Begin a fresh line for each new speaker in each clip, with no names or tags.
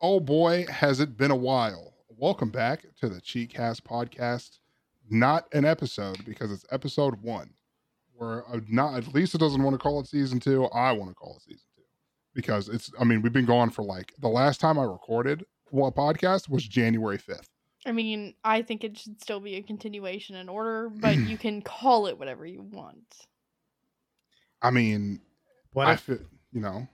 Oh boy, has it been a while. Welcome back to the Cheatcast podcast. Not an episode because it's episode one. Where uh, not at least it doesn't want to call it season two. I want to call it season two because it's. I mean, we've been gone for like the last time I recorded a podcast was January fifth.
I mean, I think it should still be a continuation in order, but you can call it whatever you want.
I mean,
What
I
if
feel you know.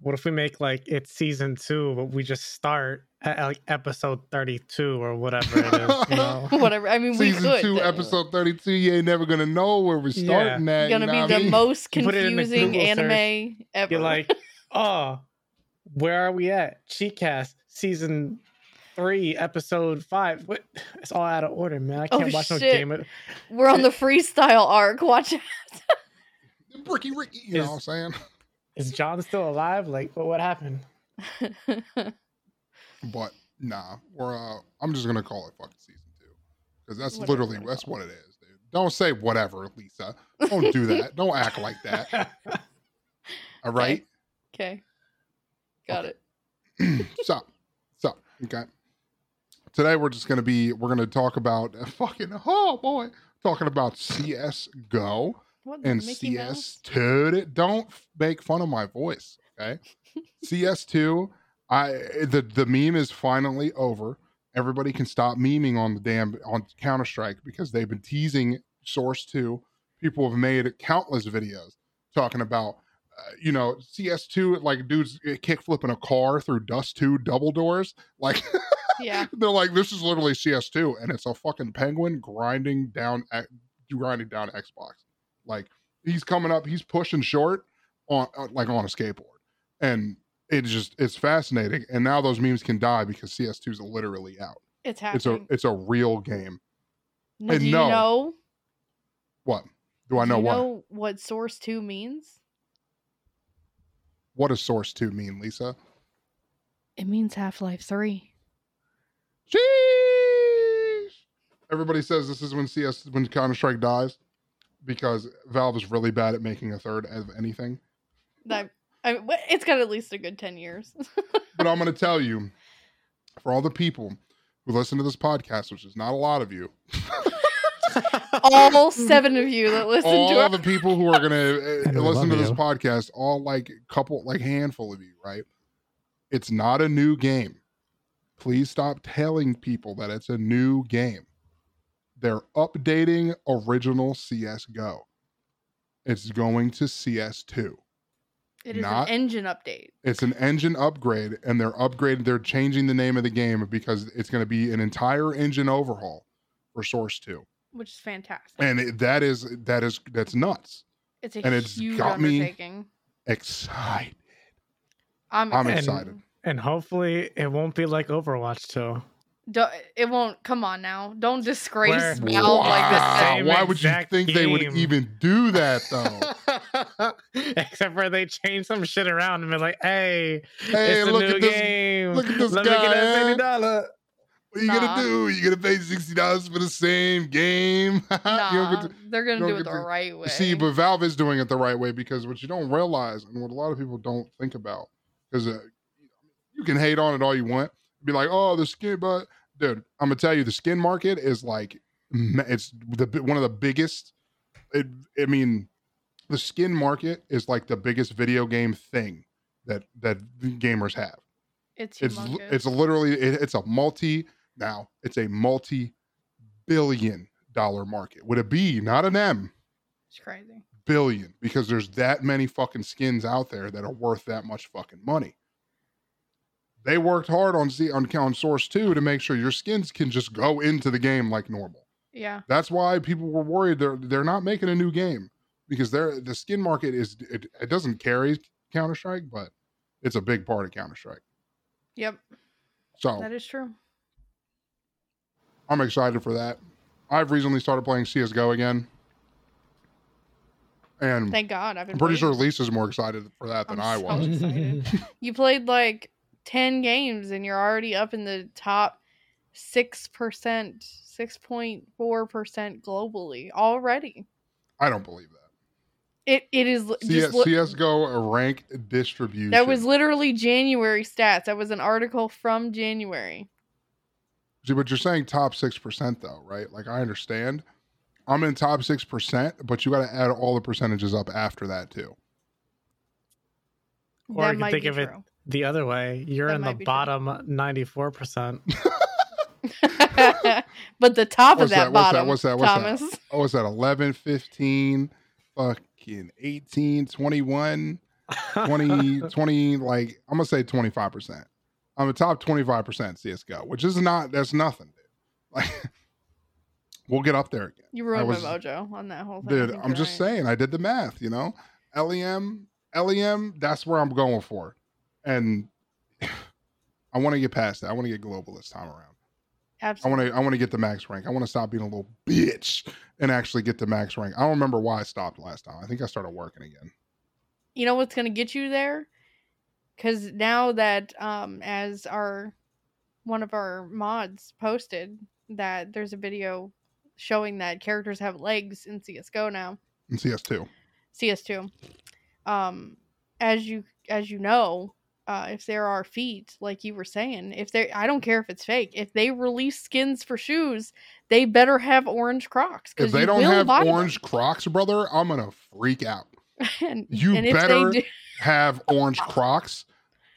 what if we make like it's season two, but we just start at like episode thirty two or whatever it is? You know?
whatever. I mean, we
Season
could.
two,
though.
episode thirty-two. You ain't never gonna know where we're
Yeah.
starting at. you
Gonna
know
be
what
the
I mean?
most
Put it in the
confusing
Google search.
anime ever.
You're like, oh, where are we at? Cheatcast season three, episode five. What? It's all out of order, man. I
Oh,
can't watch no
shit.
game. Of...
We're on the freestyle arc. Watch out.
Bricky Ricky. You know
Is-
what I'm saying?
Is John still alive? Like, what? What happened?
But nah, we're uh, I'm just gonna call it fucking season two because that's
Whatever you
literally
wanna
that's
call
what it is, dude. Don't say whatever, Lisa. Don't do that. Don't act like that.
Uh,
All right.
okay. Got it.
so, so okay. Today we're just gonna be we're gonna talk about fucking oh boy talking about CS Go
What
and
Mickey
CS two. Don't f- make fun of my voice, okay? CS two. I the the meme is finally over. Everybody can stop memeing on the damn on Counter Strike because they've been teasing Source two. People have made countless videos talking about. Uh, you know, CS2, like dudes kick flipping a car through Dust 2 double doors. Like,
Mouse? Yeah.
they're like, this is literally CS2, and it's a fucking penguin grinding down, grinding down Xbox. Like he's coming up, he's pushing short on uh, like on a skateboard, and it's just it's fascinating. And now those memes can die because CS2 is literally out.
It's
It's a
happening.
it's a real game.
Now,
and
do you
no.
know?
What do I
do
know?
you
what
know what source two means?
what does Source Two mean, Lisa?
It means Half Life Three.
Jeez. Everybody says this is when CS when Counter Strike dies because Valve is really bad at making a third of anything.
That I, wh- it's got at least a good ten years.
but I'm going to tell you for all the people who listen to this podcast, which is not a lot of you,
All seven of you that listen to
all
our
the people who are going to
And we
listen to
love
this
you.
podcast, all like couple, like handful of you, right? It's not a new game. Please stop telling people that it's a new game. They're updating original CSGO. It's going to CS2.
It is
Not-
an engine update.
It's an engine upgrade, and they're upgraded. They're changing the name of the game because it's going to be an entire engine overhaul for Source Two,
which is fantastic.
and it, that is that is that's nuts.
it's a
and it's
huge
got me-
undertaking.
Excited.
I'm,
I'm
excited. and hopefully, it won't be like Overwatch too.
Do- it won't come on now. Don't disgrace
Where-
Valve like this.
Wow,
same
Why would you
exact
think they would
game.
even do that though?
Oh.
Except for they change some shit around and be like, "Hey,
Hey,
it's a
look
new
at this-
game.
look at this
Let me
guy,
get
eh?
that eighty dollar."
what are you
Nah.
gonna do? You gonna pay sixty dollars for the same game? You don't
Nah,
get to-
they're gonna
you
do
don't
it
get
the
to-
right way.
See, but Valve is doing it the right way because what you don't realize and what a lot of people don't think about because uh, you can hate on it all you want, be like, oh, the skin, but dude, I'm gonna tell you, the skin market is like, ma- it's the bi- one of the biggest. It, I mean, the skin market is like the biggest video game thing that that gamers have.
it's
It's l-
humongous.
it's literally it, it's a multi now it's a multi billion dollar market with a B, not an M
It's crazy.
billion because there's that many fucking skins out there that are worth that much fucking money. They worked hard on Z on Count Source 2 to make sure your skins can just go into the game like normal.
Yeah,
That's why people were worried they're they're not making a new game because they're the skin market is it, it doesn't carry Counter Strike, but it's a big part of Counter Strike.
yep,
So
that is true.
I'm excited for that. I've recently started playing CSGO again. And
Thank God. I've been
Hmm. I'm pretty sure
waiting.
Lisa's more excited for that than
I'm
I
so
was.
you played like ten games and you're already up in the top six percent, six point four percent globally already.
I don't believe that.
It it is li-
CS,
just li-
CSGO rank distribution.
that was literally January stats. That was an article from January.
See, but you're saying top six percent though, right? Like I understand. I'm in top six percent, but you gotta add all the percentages up after that too.
Or I can think of it- The other way, you're
That
in
might
the
be true.
bottom 94%.
it. but the top
What's
of
that? What's that?
that, bottom,
What's that? What's that?
Thomas.
Oh, what's that 11, 15, fucking 18, 21, 20, 20, like I'm gonna say 25%. I'm a top 25% CSGO, which is not that's nothing, dude. Like we'll get up there again.
You ruined
was-
my mojo on that whole thing. I
Dude,
think
I'm
you're
just
right.
saying, I did the math, you know? E LEM, LEM, that's where I'm going for. And I want to get past that. I want to get global this time around. I
Absolutely.
want to I want to get the max rank. I want to stop being a little bitch and actually get the max rank. I don't remember why I stopped last time. I think I started working again.
you know what's going to get you there because now that um as our one of our mods posted that there's a video showing that characters have legs in csgo now
In CS2.
cs2 um as you as you know uh if there are feet like you were saying if they i don't care if it's fake if they release skins for shoes they better have orange crocs
If
'cause
they
you
don't
will
have
buy them.
orange Crocs, brother, I'm gonna freak out.
and,
you
and if
better-
they do,
Have orange Crocs,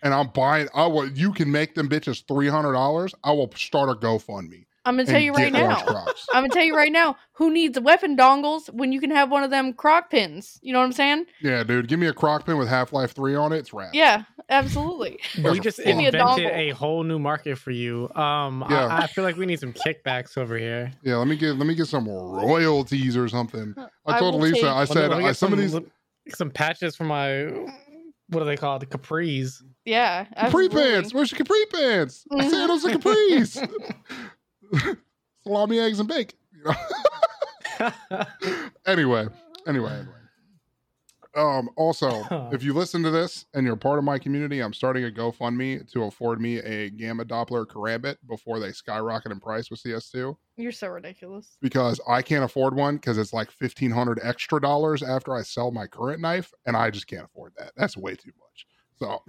and I'm buying. I will. You can make them bitches three hundred dollars. I will start a GoFundMe.
i'm gonna tell
and
you right
get
now
Orange Crocs.
I'm gonna tell you right now, who needs weapon dongles when you can have one of them croc pins? You know what I'm saying?
Yeah, dude, give me a crock pin with Half Life Three on it. It's rad.
Yeah, absolutely.
Those
we
are
just
fun.
Give me a
invented
dongle.
a, whole new market for you. Um, I-
Yeah.
I, feel like we need some kickbacks over here.
Yeah, let me get let me get some royalties or something. I
I
told
will
Lisa,
take-
I
Let me-
said
let me
I,
get
some of these
li- some patches for my what do they call it? The capris.
Yeah,
capri
absolutely. Mm-hmm.
pants. Where's your capri pants? I said those are capris. Salami, eggs, and bacon. You know? anyway, anyway, anyway. Um, also, if you listen to this and you're part of my community, I'm starting a GoFundMe to afford me a Gamma Doppler Karambit before they skyrocket in price with CS2
You're so ridiculous.
because I can't afford one because it's like fifteen hundred extra dollars after I sell my current knife, and I just can't afford that. That's way too much. So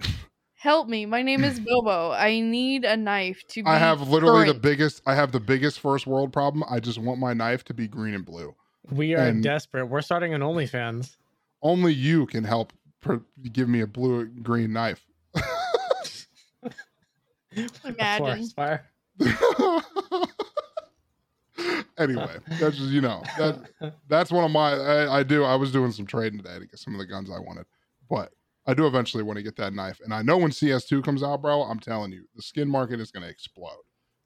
Help me. My name is Bobo. I need a knife to. Be
I have literally the
current.
biggest. I have the biggest first world problem. I just want my knife to be green and blue.
we are
And-
desperate. We're starting an OnlyFans.
Only you can help pr- give me a blue green knife.
for
Imagine.
Aspire.
anyway, that's just you know that that's one of my I, I do i was doing some trading today to get some of the guns i wanted but i do eventually want to get that knife and i know when cs2 comes out bro i'm telling you the skin market is going to explode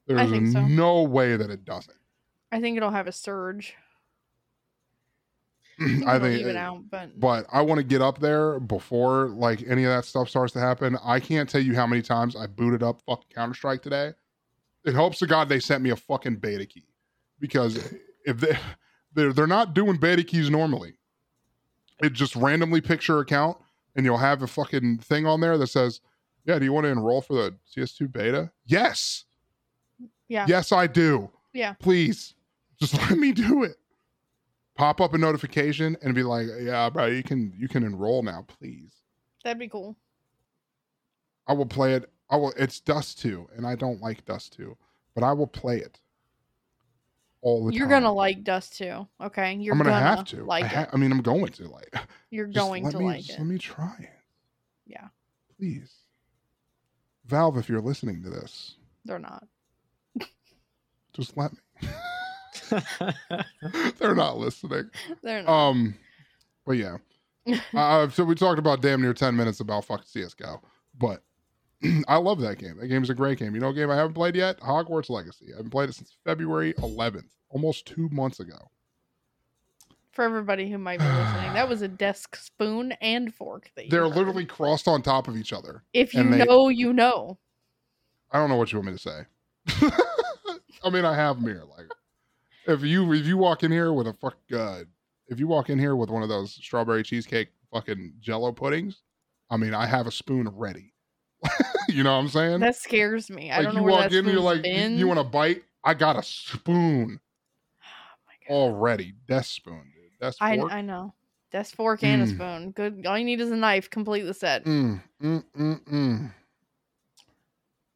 there's
think so.
no way that it doesn't
I think it'll have a surge. I think
i
it'll
think
even out, but,
but i want to get up there before like any of that stuff starts to happen i can't tell you how many times i booted up fucking counter-strike today it hopes to god they sent me a fucking beta key because if they they're, they're not doing beta keys normally it just randomly picks your account and you'll have a fucking thing on there that says yeah do you want to enroll for the cs2 beta yes
Yeah.
yes i do
Yeah.
please just let me do it pop up a notification and be like yeah bro you can you can enroll now please
that'd be cool.
i will play it i will it's dust 2 and i don't like dust 2 but i will play it all the
You're
time
gonna like Dust too, okay? You're
I'm gonna, have to.
like
I, ha-
it.
I mean, I'm going to like.
You're
Just
going
let
to
me,
like
just
it.
Let me try it.
Yeah.
Please, Valve, if you're listening to this,
They're not.
just let me. They're not listening.
They're not.
Um, but yeah. uh, so we talked about damn near ten minutes about fucking CS:GO, but I love that game. That game's a great game. You know, a game I haven't played yet, Hogwarts Legacy. I haven't played it since February 11th, almost two months ago.
For everybody who might be listening, that was a desk spoon and fork. That you
They're
heard.
literally crossed on top of each other.
If you
and they-
know, you know.
I don't know what you want me to say. I mean, I have them here. Like, if you if you walk in here with a fuck, uh, if you walk in here with one of those strawberry cheesecake fucking Jello puddings, I mean, I have a spoon ready. you know what I'm saying?
That scares me. I
like,
don't know
you
where
walk
that
in, you're
spoon's
like, you,
been.
want a bite? I got a spoon
Oh my God.
already. Death spoon, dude. That's
I
fork.
I know. That's four can of
Mm.
spoon. Good. All you need is a knife. Complete the set.
Mm, mm, mm, mm.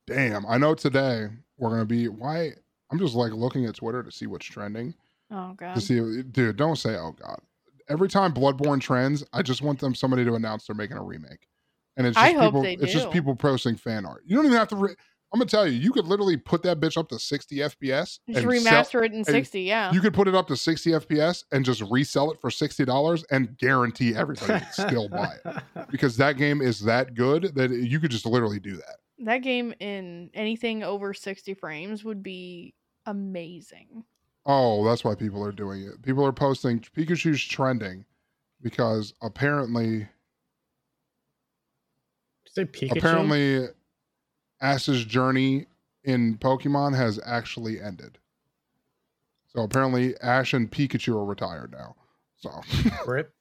Damn, I know today we're gonna be why I'm just like looking at Twitter to see what's trending.
Oh god.
To see dude, don't say oh god. Every time Bloodborne trends, I just want them somebody to announce they're making a remake. And it's just
I hope
people
they
it's just
do.
people posting fan art. You don't even have to re- I'm gonna tell you, you could literally put that bitch up to 60 FPS
Just
and
remaster
sell-
it in sixty. Yeah.
you could put it up to 60 FPS and just resell it for $60 and guarantee everybody would still buy it because that game is that good that you could just literally do that.
that game in anything over sixty frames would be amazing.
Oh, that's why people are doing it. People are posting Pikachu's trending because apparently,
Say Pikachu.
apparently, Ash's journey in Pokemon has actually ended. So apparently, Ash and Pikachu are retired now. So
Rip.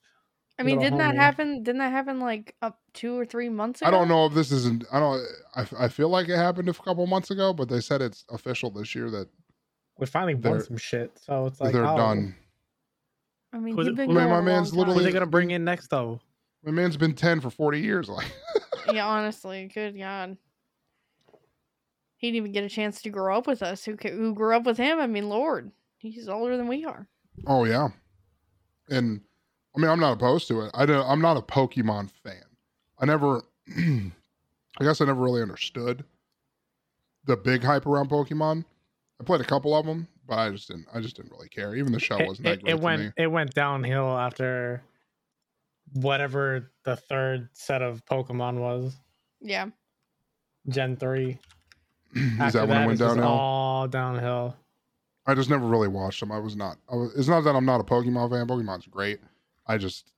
I mean,
Little
didn't that
homie.
happen? Didn't that happen like up two or three months ago?
I don't know if this isn't. I don't. I, I feel like it happened a couple months ago, but they said it's official this year that
We finally won
They're-
some shit, so it's like
they're
oh,
done.
I mean,
Who's
you've
it-
been
I mean,
going
my
a
man's
long time.
Who are
literally-
they gonna bring in next though?
My man's been ten for forty years. Like
yeah, honestly, good God. He didn't even get a chance to grow up with us. Who ca- who grew up with him? I mean, Lord, he's older than we are.
Oh yeah, and I mean I'm not opposed to it. I don't, I'm not a Pokemon fan. I never, I guess I never really understood the big hype around Pokemon. I played a couple of them, but I just didn't. I just didn't really care. Even the show
It,
wasn't that
it-
great
it
to
went
me.
it went downhill after whatever the third set of Pokemon was,
Yeah,
Gen three.
Is
After
that when it went
it's just
downhill?
All downhill.
I just never really watched them. I was not. I was, it's not that I'm not a Pokemon fan. Pokemon's great. I just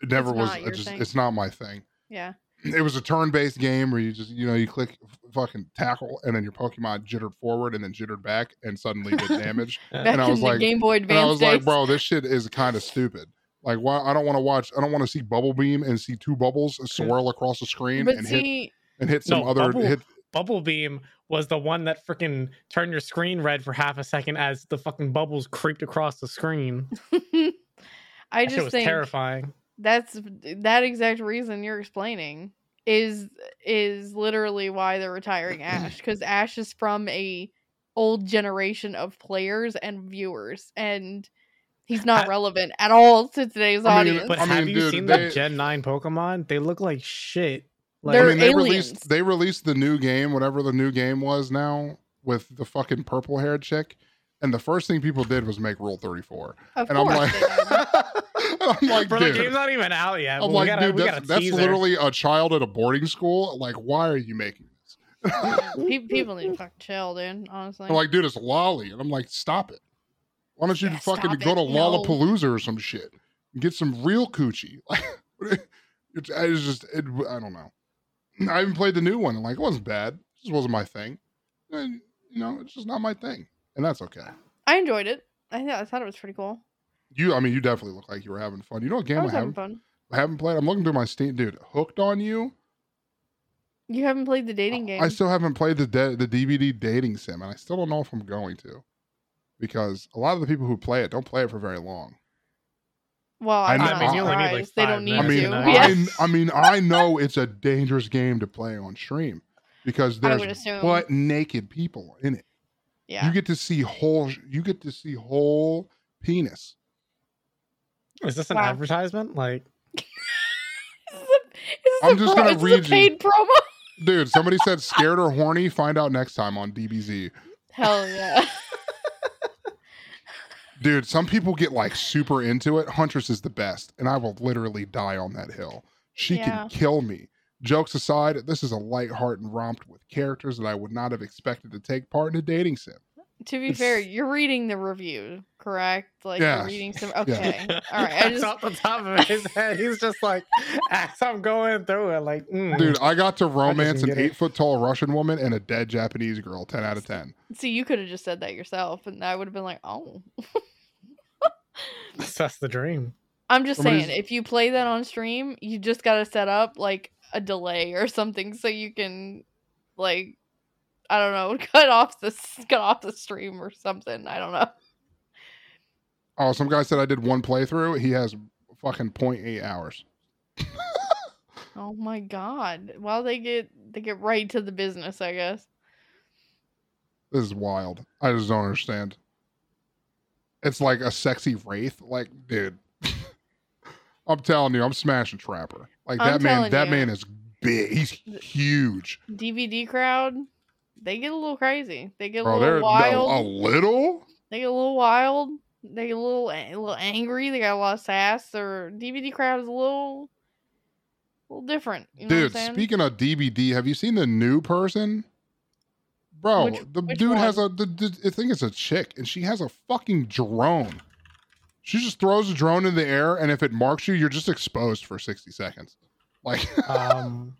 it never
It's
was.
not
I
your
just
thing.
it's not my thing.
yeah.
it was a turn-based game where you just you know you click f- fucking tackle and then your pokemon jittered forward and then jittered back and suddenly did damage
Back
I
in
was
the
like-
Game Boy
and
Advance
i was like
days.
bro this shit is kind of stupid like why i don't want to watch i don't want to see bubble beam and see two bubbles swirl across the screen
but
and hit
see,
and hit some
No,
other
Bubble-
hit
Bubble Beam was the one that freaking turned your screen red for half a second as the fucking bubbles creeped across the screen.
I
that shit
just
was
think
terrifying.
that's that exact reason you're explaining is is literally why they're retiring Ash because Ash is from a old generation of players and viewers and he's not
I-
relevant at all to today's
I mean,
audience.
But
I
have
mean,
you
dude,
seen
they-
the Gen 9 Pokemon? They look like shit. Like,
i
They're
mean they
aliens.
released they released the new game whatever the new game was now with the fucking purple haired chick and the first thing people did was make rule 34
of
and i'm
course.
like
they did.
i'm like
Bro,
dude,
the game's not even out yet.
Oh,
I'm
but
like,
we gotta,
dude,
we
that's,
got
that's literally a child at a boarding school. Like, why are you making this?
Pe- people need to fucking chill, dude. Honestly,
I'm like, dude, it's lolly, and I'm like, stop it. Why don't you
Yeah,
fucking
stop
go to
it. No.
Lollapalooza or some shit and get some real coochie? it's, it's just, it, I don't know. I even played the new one, and like, it wasn't bad. It just wasn't my thing. And, you know, it's just not my thing, and that's okay.
I enjoyed it. I thought I thought it was pretty cool.
You, I mean, you definitely look like you were having fun. You know what game
I
I,
was having
haven't,
fun.
I haven't played? I'm looking through my Steam, dude. Hooked on you.
You haven't played the dating
I-
game.
I still haven't played the de- the DVD dating sim, and I still don't know if I'm going to, because a lot of the people who play it don't play it for very long.
well,
I
I'm
know-
not
I mean, you
only need, like,
surprised. they
five
don't need
I
Me
mean,
to.
too.
I,
Yeah.
kn- I mean, I know it's a dangerous game to play on stream because
I would
there's
assume.
butt naked people in it.
yeah.
You get to see whole. You get to see whole penis.
Is this an
Wow.
advertisement? Like,
Is this a- is this
I'm
a
just
pro-
gonna
is this a
read you.
paid promo.
Dude, somebody said scared or horny. Find out next time on DBZ.
Hell yeah.
Dude, some people get like super into it. Huntress is the best, and I will literally die on that hill. She
Yeah.
can kill me. Jokes aside, this is a light heart and romped with characters that I would not have expected to take part in a dating sim.
to be fair, you're reading the review, correct? Like
Yeah.
you're reading some. Okay. All right. I
It's
just
off the top of his head. He's just like, as I'm going through it, like, mm.
Dude, I got to romance an
get it.
eight foot tall Russian woman and a dead Japanese girl. Ten out of ten.
see you could have just said that yourself, and I would have been like, oh.
That's, that's the dream.
I'm just
Somebody's-
saying, if you play that on stream, you just gotta set up like a delay or something so you can, like, I don't know, cut off the cut off the stream or something. I don't know.
Oh, some guy said I did one playthrough. He has fucking 0.8 hours.
Oh my god. Well, they get they get right to the business, I guess.
This is wild. I just don't understand. It's like a sexy wraith. Like, dude, I'm telling you, I'm smashing Trapper. Like
I'm
that man.
telling
That
you.
man is big. He's huge.
DVD crowd, they get a little crazy. They get a
Bro, they're
little
no,
wild.
a little.
They get a little wild. They get a little a little angry. They got a lot of sass. Their DVD crowd is a little, a little different. You know
Dude,
what I'm saying?
speaking of DBD, have you seen the new person? Bro,
Which-
the
which
dude has a. The, the- I think it's a chick, and she has a fucking drone. She just throws a drone in the air, and if it marks you, you're just exposed for sixty seconds. Like,
Um,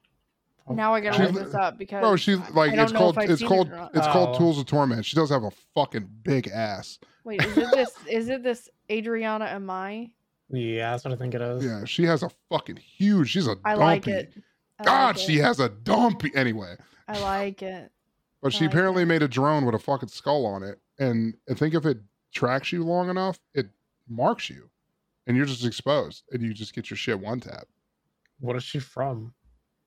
now I gotta
She-
look this up because
bro, she like
don't
it's
know
called
if I've
it's
seen it
called
or not.
it's called
Oh.
Tools of Torment. She does have a fucking big ass.
wait, is it this? Is it this Adriana Amai?
yeah, that's what I think it is.
Yeah, she has a fucking huge. She's a
I
dumpy.
like it. I
God,
like
she
it.
has a dumpy. Anyway,
I like it.
But
I
she
like
apparently
that.
made a drone with a fucking skull on it. And I think if it tracks you long enough, it marks you. And you're just exposed. And you just get your shit one tap.
What is she from?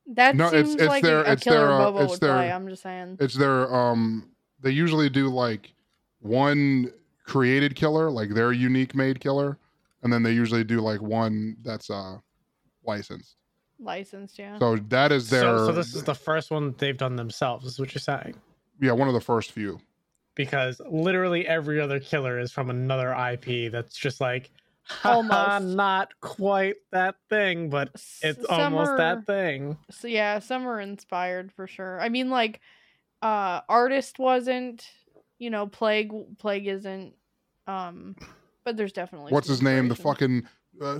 That
No, it's-
seems
it's
like
their-
a, a
it's
killer
their, uh,
Bobo
it's
would
their-
play. I'm just saying.
It's their um they usually do like one created killer, like their unique made killer, and then they usually do like one that's uh licensed.
Licensed, yeah.
So that is their
So, so this is the first one they've done themselves. Is what you're saying?
yeah, one of the first few.
Because literally every other killer is from another IP. That's just like, haha,
Almost.
not quite that thing, but
S-
it's
some
almost
are-
that thing.
So yeah, some are inspired for sure. I mean, like, uh, artist wasn't, you know, plague plague isn't, um, but there's definitely
What's
some
his name? The
inspiration.
fucking uh,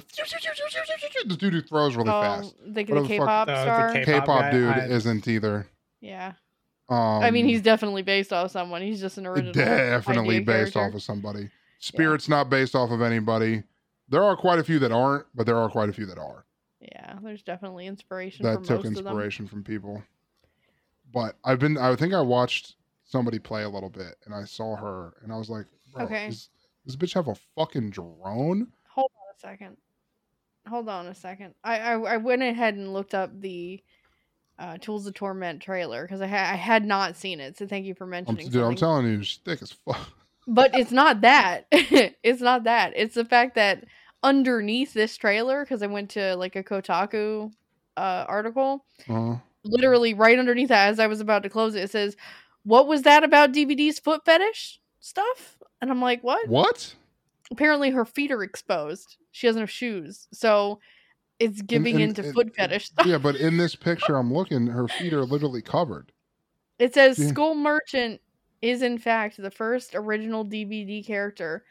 the dude who throws really fast.
oh, the,
Whatever the fuck-
the K-pop
Oh, the
star.
K-
K-pop,
K-pop guy,
dude
I-
isn't either.
yeah,
Um,
I mean, he's definitely based off someone. He's just an original.
definitely
idea
based off
character.
of somebody. Spirit's not based off of anybody. There are quite a few that aren't, but there are quite a few that are
Yeah, there's definitely inspiration.
that
for
took
most Of them.
inspiration from people. But I've been, I think I watched somebody play a little bit, and I saw her, and I was like, Bro,
Okay.
does, does this bitch have a fucking drone?
Hold on a second. Hold on a second. I I, I went ahead and looked up the. Uh, Tools of Torment trailer because I, ha- I had not seen it, so thank you for
I'm,
mentioning.
Um, dude, I'm
something.
telling you, she's thick as fuck.
But it's not that. it's not that. It's the fact that underneath this trailer, because I went to like a Kotaku uh, article,
Uh,
literally right underneath that, as I was about to close it, it says, "What was that about DVD's foot fetish stuff?" And I'm like, "What?"
what?
Apparently, her feet are exposed. She doesn't have shoes, so it's giving
and-
into
and-
foot
and-
fetish stuff.
Yeah, but in this picture, I'm looking, her feet are literally covered.
It says
Yeah.
Skull Merchant is in fact the first original DVD character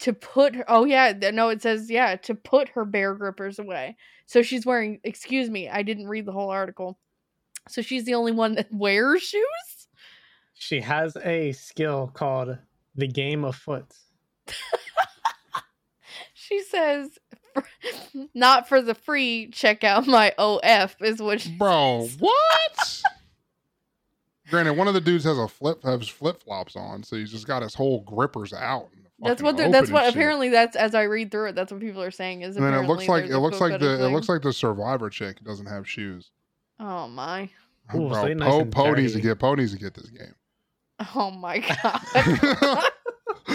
to put her, oh yeah th- no it says yeah to put her bear grippers away. So she's wearing excuse me I didn't read the whole article. So she's the only one that wears shoes.
She has a skill called the game of foot.
She says not for the free check out my OF is what she
Bro,
says.
what? Granted, one of the dudes has a flip has flip flops on, so he's just got his whole grippers out. in the
That's
fucking
what they're-
open
that's
and
what
shit.
apparently that's as I read through it that's what people are saying is
And then it looks like
apparently
it
there's a
looks
foot
like the
fetish
it
thing.
looks like the survivor chick doesn't have shoes.
oh my
Ooh, so
Bro,
they nice
po,
and
po needs to
dirty.
get po needs to get this game.
oh my god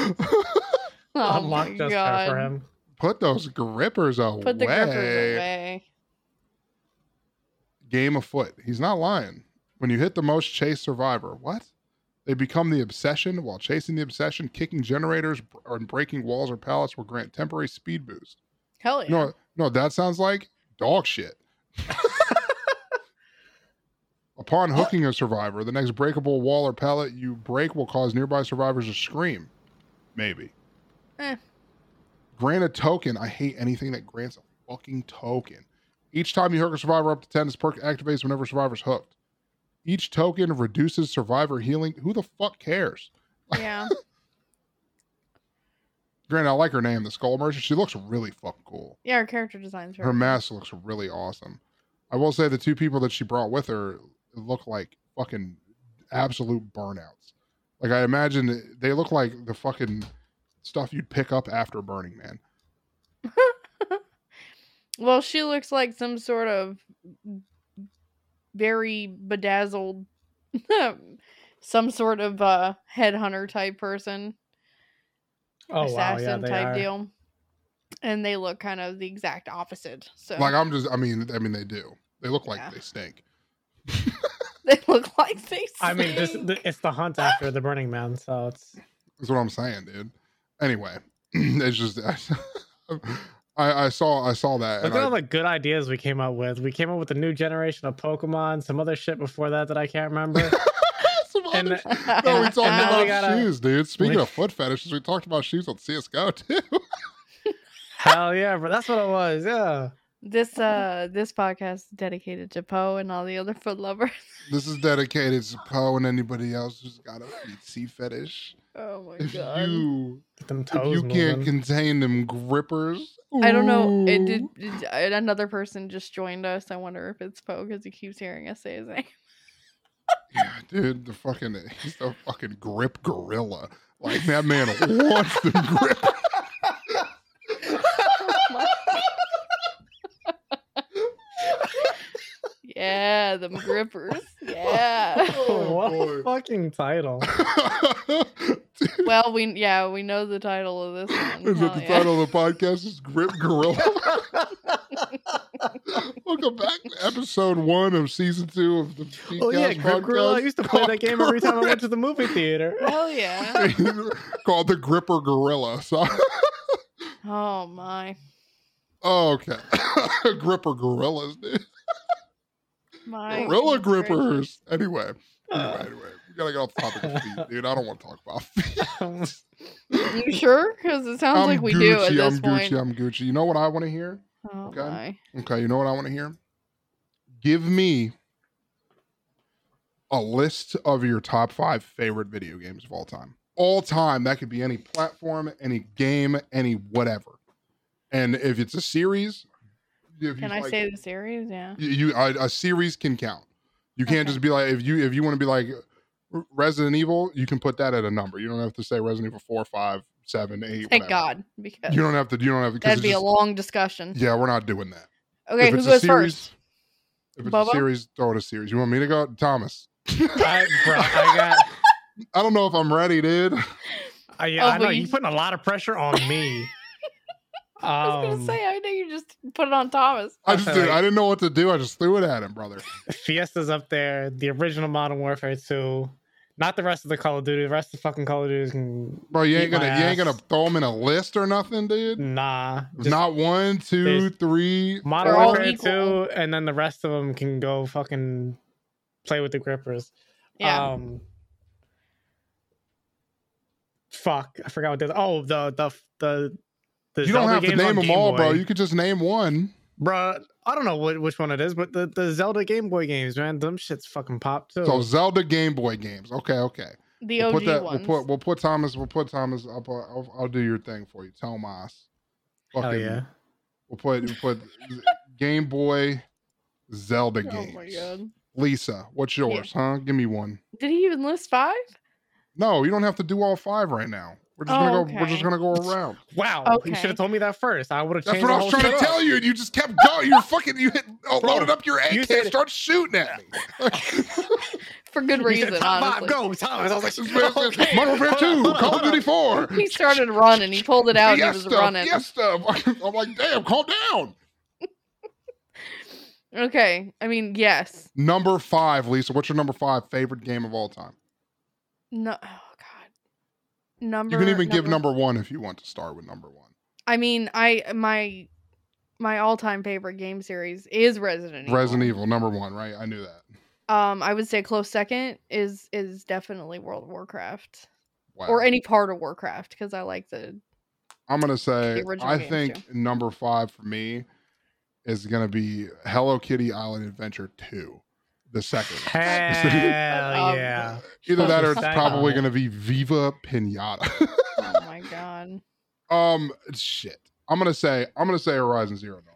Oh my
Unlock just her for
god.
him.
Put those grippers away.
Put the grippers away.
Game afoot. He's not lying. When you hit the most chased survivor, what? They become the obsession. While chasing the obsession, kicking generators br- and breaking walls or pallets will grant temporary speed boost.
Hell yeah.
No, no, that sounds like dog shit. Upon hooking a survivor, the next breakable wall or pallet you break will cause nearby survivors to scream. Maybe.
Eh.
Grant a token. I hate anything that grants a fucking token. Each time you hook a survivor up to 10, this perk activates whenever survivor's hooked. Each token reduces survivor healing. Who the fuck cares?
Yeah.
Grant, I like her name, the Skull Merchant. She looks really fucking cool.
Yeah, her character designs
her mask looks really awesome. I will say the two people that she brought with her look like fucking absolute burnouts. Like I imagine they look like the fucking stuff you'd pick up after Burning Man.
Well, she looks like some sort of very bedazzled, some sort of uh, headhunter type person,
Oh wow, yeah,
assassin
they
type
are.
deal, and they look kind of the exact opposite. So
Like I'm just I mean I mean they do. They look like
Yeah.
they stink. uh,
they look like they.
I mean, just
stink.
the- it's the hunt after the Burning Man, so it's
That's what I'm saying, dude. Anyway, it's just I, I saw I saw that.
look
And
at all
I,
the good ideas we came up with. We came up with a new generation of Pokemon, some other shit before that that I can't remember.
Some
and-
other- no, we talked
and now
about
we gotta-
shoes, dude. Speaking
we-
of foot fetishes, we talked about shoes on CS:GO too.
Hell yeah, bro, that's what it was. Yeah,
this uh this podcast is dedicated to Poe and all the other foot lovers.
this is dedicated to Poe and anybody else who's got a feet fetish.
Oh my
If
god.
you
Get them toes
if you
moving.
can't contain them grippers,
I don't know. It
ooh.
did, did- another person just joined us. I wonder if it's Poe because he keeps hearing us say his name.
Yeah, dude, the fucking he's the fucking grip gorilla. Like that man wants the grip.
Yeah, them grippers. Yeah.
Oh,
what
boy.
a fucking title.
Dude,
Well, we yeah we know the title of this one.
Is it
Hell
the
Oh, yeah.
title of the podcast? Is Grip Gorilla? Welcome back to episode one of season two of the Geek
Oh yeah,
House
Grip Gorilla. I
podcast
used to play that
called
game every time I
Grip-
went to the movie theater.
Hell yeah!
called the Gripper Gorilla. So,
Oh my,
oh, okay, Gripper Gorillas, dude.
my
Gorilla
goodness gracious.
Grippers. Anyway, anyway, anyway, we gotta get off the topic of feet, dude. I don't want to talk about feet.
Um,
You sure? Because it sounds
I'm
like we
Gucci.
do at this
I'm
point.
Gucci. I'm Gucci. You know what I want to hear?
Oh
Okay.
my.
Okay, you know what I want to hear? Give me a list of your top five favorite video games of all time. All time. That could be any platform, any game, any whatever. And if it's a series, if
Can
you
I
like-
say the series? Yeah.
you, you a, a series can count. You can't
Okay.
just be like if you if you want to be like R- Resident Evil, you can put that at a number. You don't have to say Resident Evil four, five, seven, eight.
Thank
whatever.
God, because
You don't have to. You don't have to. 'cause
that'd
it's
be a
just-
long discussion.
Yeah, we're not doing that.
Okay, who goes first?
If it's
Bubba?
a series, throw it a series. You want me to go? Thomas.
I, bro, I got.
I don't know if I'm ready, dude.
Oh,
I, I know
but you-
you're putting a lot of pressure on me.
I was
Um,
gonna say I know you just put it on Thomas.
I just
Okay,
did,
like-
I didn't know what to do. I just threw it at him, brother.
Fiesta's up there. The original Modern Warfare 2. Not the rest of the Call of Duty. The rest of the fucking Call of Duties. can-
Bro, you ain't
Eat my
gonna you ain't gonna
ass.
throw him in a list or nothing, dude.
Nah. just
Not one, two,
there's-
three.
Modern
They're all
Warfare 2,
equal.
and then the rest of them can go fucking play with the grippers.
Yeah.
Um, fuck, I forgot what the oh the the the. the
You don't
Zelda
have to
games on
name them
Game
all, bro.
Boy.
You could just name one.
Bruh, I don't know what, which one it is, but the, the Zelda Game Boy games, man, them shits fucking pop too.
So Zelda Game Boy games. Okay, okay.
the
we'll
OG
put that.
ones.
We'll put. We'll put Thomas. We'll put Thomas. I'll, put, I'll, I'll do your thing for you, Thomas.
Hell
Fucking-
yeah.
We'll put. We'll put Game Boy, Zelda
oh
games.
my god!
Lisa, what's yours, huh? Give me one.
Did he even list five?
No, you don't have to do all five right now. We're just
Oh,
gonna go. We're
okay.
just gonna go around.
Wow, you
Okay.
should have told me that first. I would have
That's
changed.
what I
the
was
whole
trying to
shit up.
tell you. and You just kept going. You fucking you hit oh,
Bro,
loaded up your
you
AK and
said-
started shooting at me.
For good
You said,
reason,
Top
honestly.
five, go, Thomas. I was like,
This man says,
okay.
Modern Warfare
hold on,
Two,
hold on,
Call of
hold on.
Duty Four.
He started running. He pulled it out. and He was
Fiesta,
running.
Fiesta. I'm like, damn, calm down.
Okay. I mean, yes.
Number five, Lisa. What's your number five favorite game of all time?
No. Oh God. Number.
You can even give number one if you want to start with number one.
I mean, I my my all time favorite game series is Resident Evil.
Resident E- Evil, number one, right? I knew that.
Um, I would say close second is is definitely World of Warcraft
Wow.
or any part of Warcraft because I like the
I'm gonna say
original
I
games,
think number five for me is gonna be Hello Kitty Island Adventure Two, the second. one.
Hell yeah.
Either that or it's
Fucking
probably
psycho.
gonna be Viva Pinata.
oh my god
um, shit. I'm gonna say I'm gonna say Horizon Zero Dawn.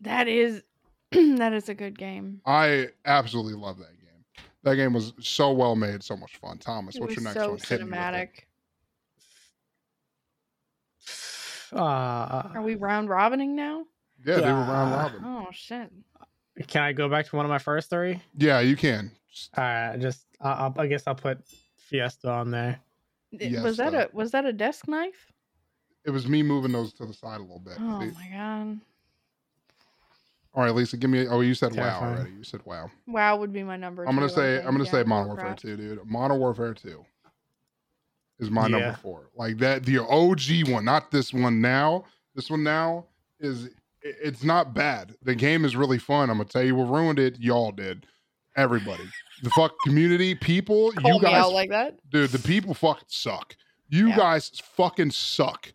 that is that is a good game.
I absolutely love that game. That game was so well made, so much fun. Thomas,
It
what's
was
your next
so
one? Hit me with it.
cinematic.
Uh, uh,
Are we round robining now?
Yeah, they were round
Ah.
robin.
Oh shit.
Can I go back to one of my first three?
Yeah, you can.
All right, just I, I'll, I guess I'll put Fiesta on there.
Th-
Yes,
was that
uh,
a was that a desk knife?
It was me moving those to the side a little bit.
Oh
See?
my god.
All right, Lisa, give me. Oh, you said wow
Terrifying.
already. You said wow.
Wow would be my number.
I'm gonna
two, I
say
think.
I'm gonna
Yeah,
say Modern
Warcraft.
Warfare Two, dude. Modern Warfare Two is my
Yeah.
number four. Like that, the OG one, not this one now. This one now is it- it's not bad. The game is really fun. I'm gonna tell you what ruined it. Y'all did. Everybody, the fuck community, people,
Call
you
me
guys,
out like that.
dude. The people fucking suck. You
Yeah.
guys fucking suck.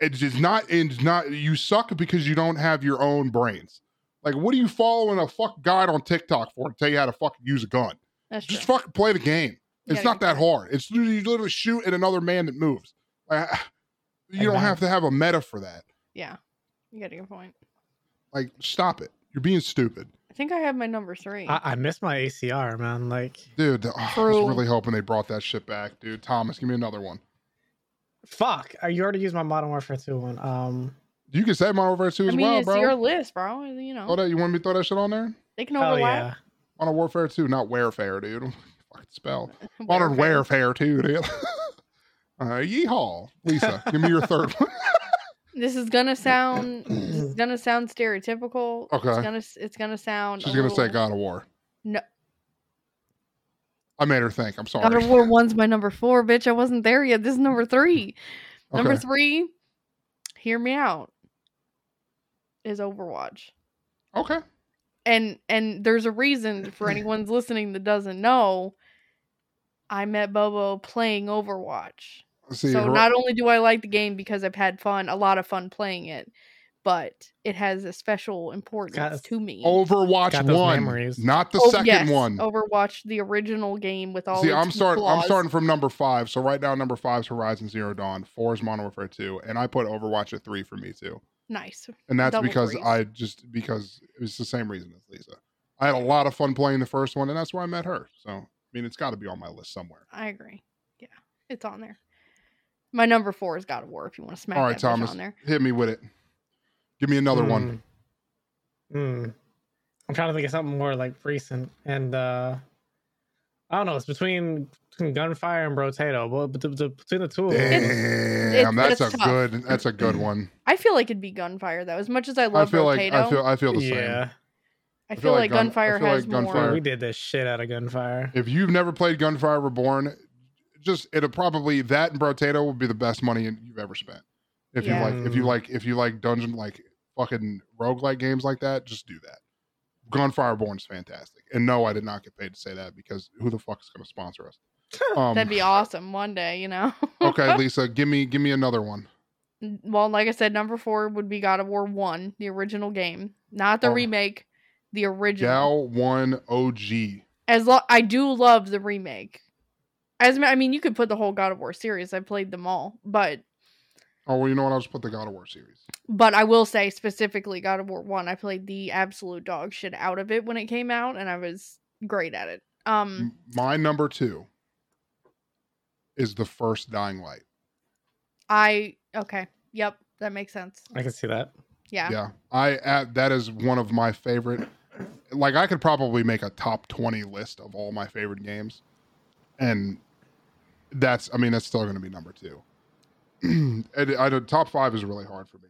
It's just not. It's not. You suck because you don't have your own brains. Like, what are you following a fuck guide on TikTok for to tell you how to fucking use a gun?
That's true.
just fucking play the game.
You
It's
gotta
not
get
that
better.
hard. It's literally, you literally shoot at another man that moves. Like, ah, you don't
Amen.
have to have a meta for that.
Yeah, you got a good point.
Like, stop it. You're being stupid,
I think I have my number three.
I, I miss my ACR, man. Like
dude. the- ah, I was
True.
really hoping they brought that shit back, dude. Thomas, give me another one.
fuck, uh, you already used my Modern Warfare Two one. Um,
You can say Modern Warfare Two
I
as
mean,
well,
it's
bro.
your list, bro. You know,
Throw that- you want me to throw that shit on there?
they can
oh
overlap.
yeah,
Modern Warfare Two, not Warfare, dude. Fucking spell.
Warfare.
Modern Warfare Two, dude. uh, yeehaw, Lisa. Give me your third one.
This is gonna sound. this is gonna sound stereotypical. It's
Okay.
gonna. s- It's gonna sound.
She's
a
gonna say
little-
God of War.
No.
I made her think. I'm sorry.
God of War One's my number four, bitch. I wasn't there yet. This is number three. Number
Okay.
three. Hear me out. Is Overwatch.
Okay.
and and there's a reason for anyone's listening that doesn't know i met bobo playing overwatch
See,
so
her-
not only do i like the game because i've had fun a lot of fun playing it but it has a special importance
Got-
to me
Overwatch
Got those
one,
memories.
not Oh, the
Oh,
second
yes,
one.
overwatch the original game with all
See,
its
I'm starting. I'm
flaws.
starting from number five. So right now, number five is Horizon Zero Dawn. Four is Modern Warfare Two, and I put Overwatch at three for me too.
nice
And that's
Double
because
threes.
I just because it was the same reason as Lisa. I had a lot of fun playing the first one, and that's where I met her. So I mean, it's got to be on my list somewhere.
i agree yeah it's on there my number four is god of war if you want to smack
All right,
that bitch
Thomas.
on there
Hit me with it. Give me another one.
Hmm. Hmm. I'm trying to think of something more like recent, and uh I don't know. It's between, between Gunfire and Brotato, but but the, the, between the two of them,
Damn,
it's-
that's a
it's tough.
good. That's a good one.
i feel like it'd be gunfire though as much as i
I
love
feel like I
Rotato,
feel. I feel the same.
yeah,
I feel like
Gun- I
Gunfire
feel
has
like Gunfire-
Dude,
more.
we did the shit out of Gunfire.
if you've never played Gunfire Reborn, just it'll probably that and Brotato would be the best money you've ever spent. If
Yeah.
you like, if you like, if you like dungeon like fucking roguelike games like that, just do that. Gunfire Reborn's fantastic. And no, I did not get paid to say that because who the fuck is going to sponsor us? Um,
That'd be awesome one day, you know.
okay, Lisa, give me give me another one.
well, like I said, number four would be God of War One, the original game, not the
Oh.
remake, the original.
Gal One OG.
As lo- I do love the remake. As ma- I mean, you could put the whole God of War series. I played them all, but
Oh well, you know what? I'll just put the God of War series.
but I will say specifically God of War One. I played the absolute dog shit out of it when it came out, and I was great at it. Um,
M- My number two is the first Dying Light.
I okay, yep, that makes sense.
I can see that.
Yeah,
yeah i uh, that is one of my favorite like i could probably make a top 20 list of all my favorite games and that's i mean that's still going to be number two and i the top five is really hard for me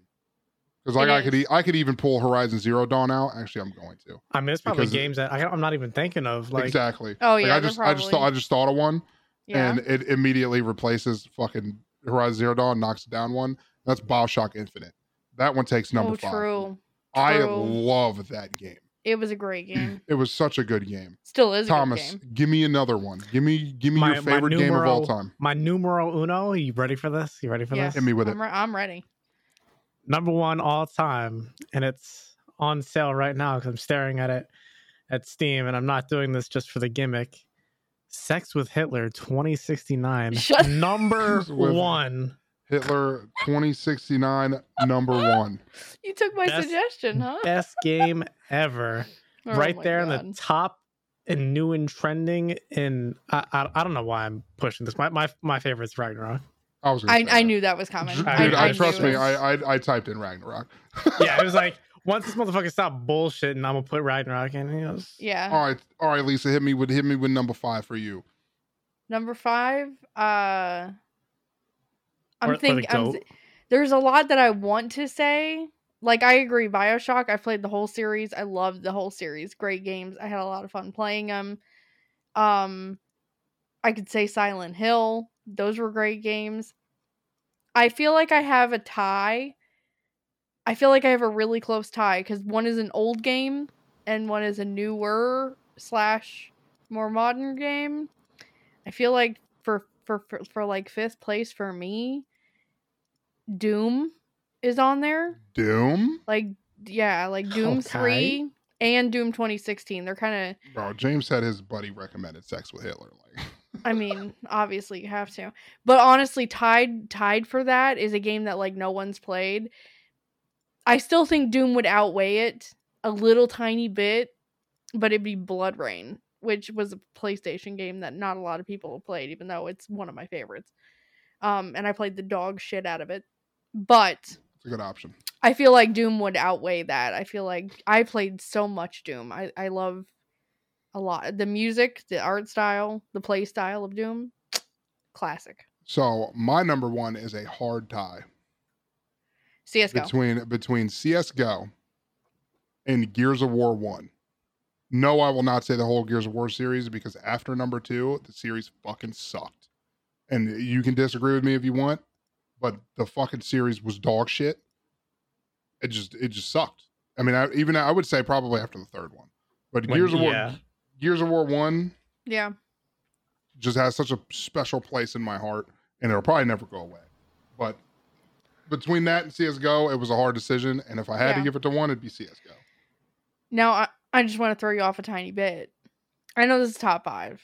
because like
It
i could
is.
e- i could even pull horizon zero dawn out actually i'm going to
I mean, it's probably
Because-
games that I, I'm not even thinking of. Like,
exactly
Oh,
Like,
yeah,
i
they're
just i just thought i
probably-
just thought of one
yeah.
and it immediately replaces fucking horizon zero dawn knocks it down one that's bioshock infinite that one takes number
oh,
five.
true.
i
True.
love that game
It was a great game.
It was such a good game.
Still is a
Thomas,
good game.
give me another one. Give me give me
My-
your
my
favorite game of all
numero-
time.
my numero uno. You ready for this? You ready for
Yeah.
this?
Hit me with it.
I'm, re- I'm ready.
Number one all time, and it's on sale right now because I'm staring at it at Steam, and I'm not doing this just for the gimmick. Sex with Hitler 2069.
Shut-
Number
Sex with-
one.
Hitler 2069 number 1.
You took my
Best-
suggestion, huh?
Best game ever.
Oh
right
my
there in
God.
the top and new and trending. And I, I, I don't know why I'm pushing this. My my, my favorite's Ragnarok.
I was gonna
I,
say
I
that.
knew that was coming.
Dude,
I-
I,
I
trust
knew
me.
it.
I, I I typed in Ragnarok.
Yeah, it was like Once this motherfucker stop bullshitting, I'm gonna put Ragnarok in. You know, it's-
Yeah.
All right, all right, Lisa, hit me with hit me with number five for you.
Number five, uh
Or let
I'm
it
thinking
go.
I'm, th- there's a lot that I want to say. Like I agree, Bioshock. I played the whole series. I loved the whole series. Great games. I had a lot of fun playing them. Um, I could say Silent Hill. Those were great games. I feel like I have a tie. I feel like I have a really close tie because one is an old game and one is a newer slash more modern game. I feel like for for for, for like fifth place for me, Doom is on there.
Doom,
Like yeah, like Doom
Okay.
three and Doom twenty sixteen. They're kind
bro. James had his buddy recommended Sex with Hitler. Like,
of I mean, obviously you have to, but honestly, tied tied for that is a game that like no one's played. I still think Doom would outweigh it a little tiny bit, but it'd be Blood Rain, which was a PlayStation game that not a lot of people played, even though it's one of my favorites. Um, and I played the dog shit out of it, but
it's a good option.
I feel like Doom would outweigh that. I feel like I played so much Doom. I, I love a lot the music, the art style, the play style of Doom. Classic.
So my number one is a hard tie
CS:GO.
between between CS:GO and Gears of War One. No, I will not say the whole Gears of War series because after number two, the series fucking sucked. And you can disagree with me if you want, but the fucking series was dog shit. It just it just sucked. I mean, I, even I would say probably after the third one, but
When-
Gears of War
yeah.
Gears of War One
yeah.
just has such a special place in my heart and it'll probably never go away. But between that and CSGO, it was a hard decision. And if I had to
Yeah.
give it to one, it'd be CSGO.
Now I, I just want to throw you off a tiny bit. I know this is top five.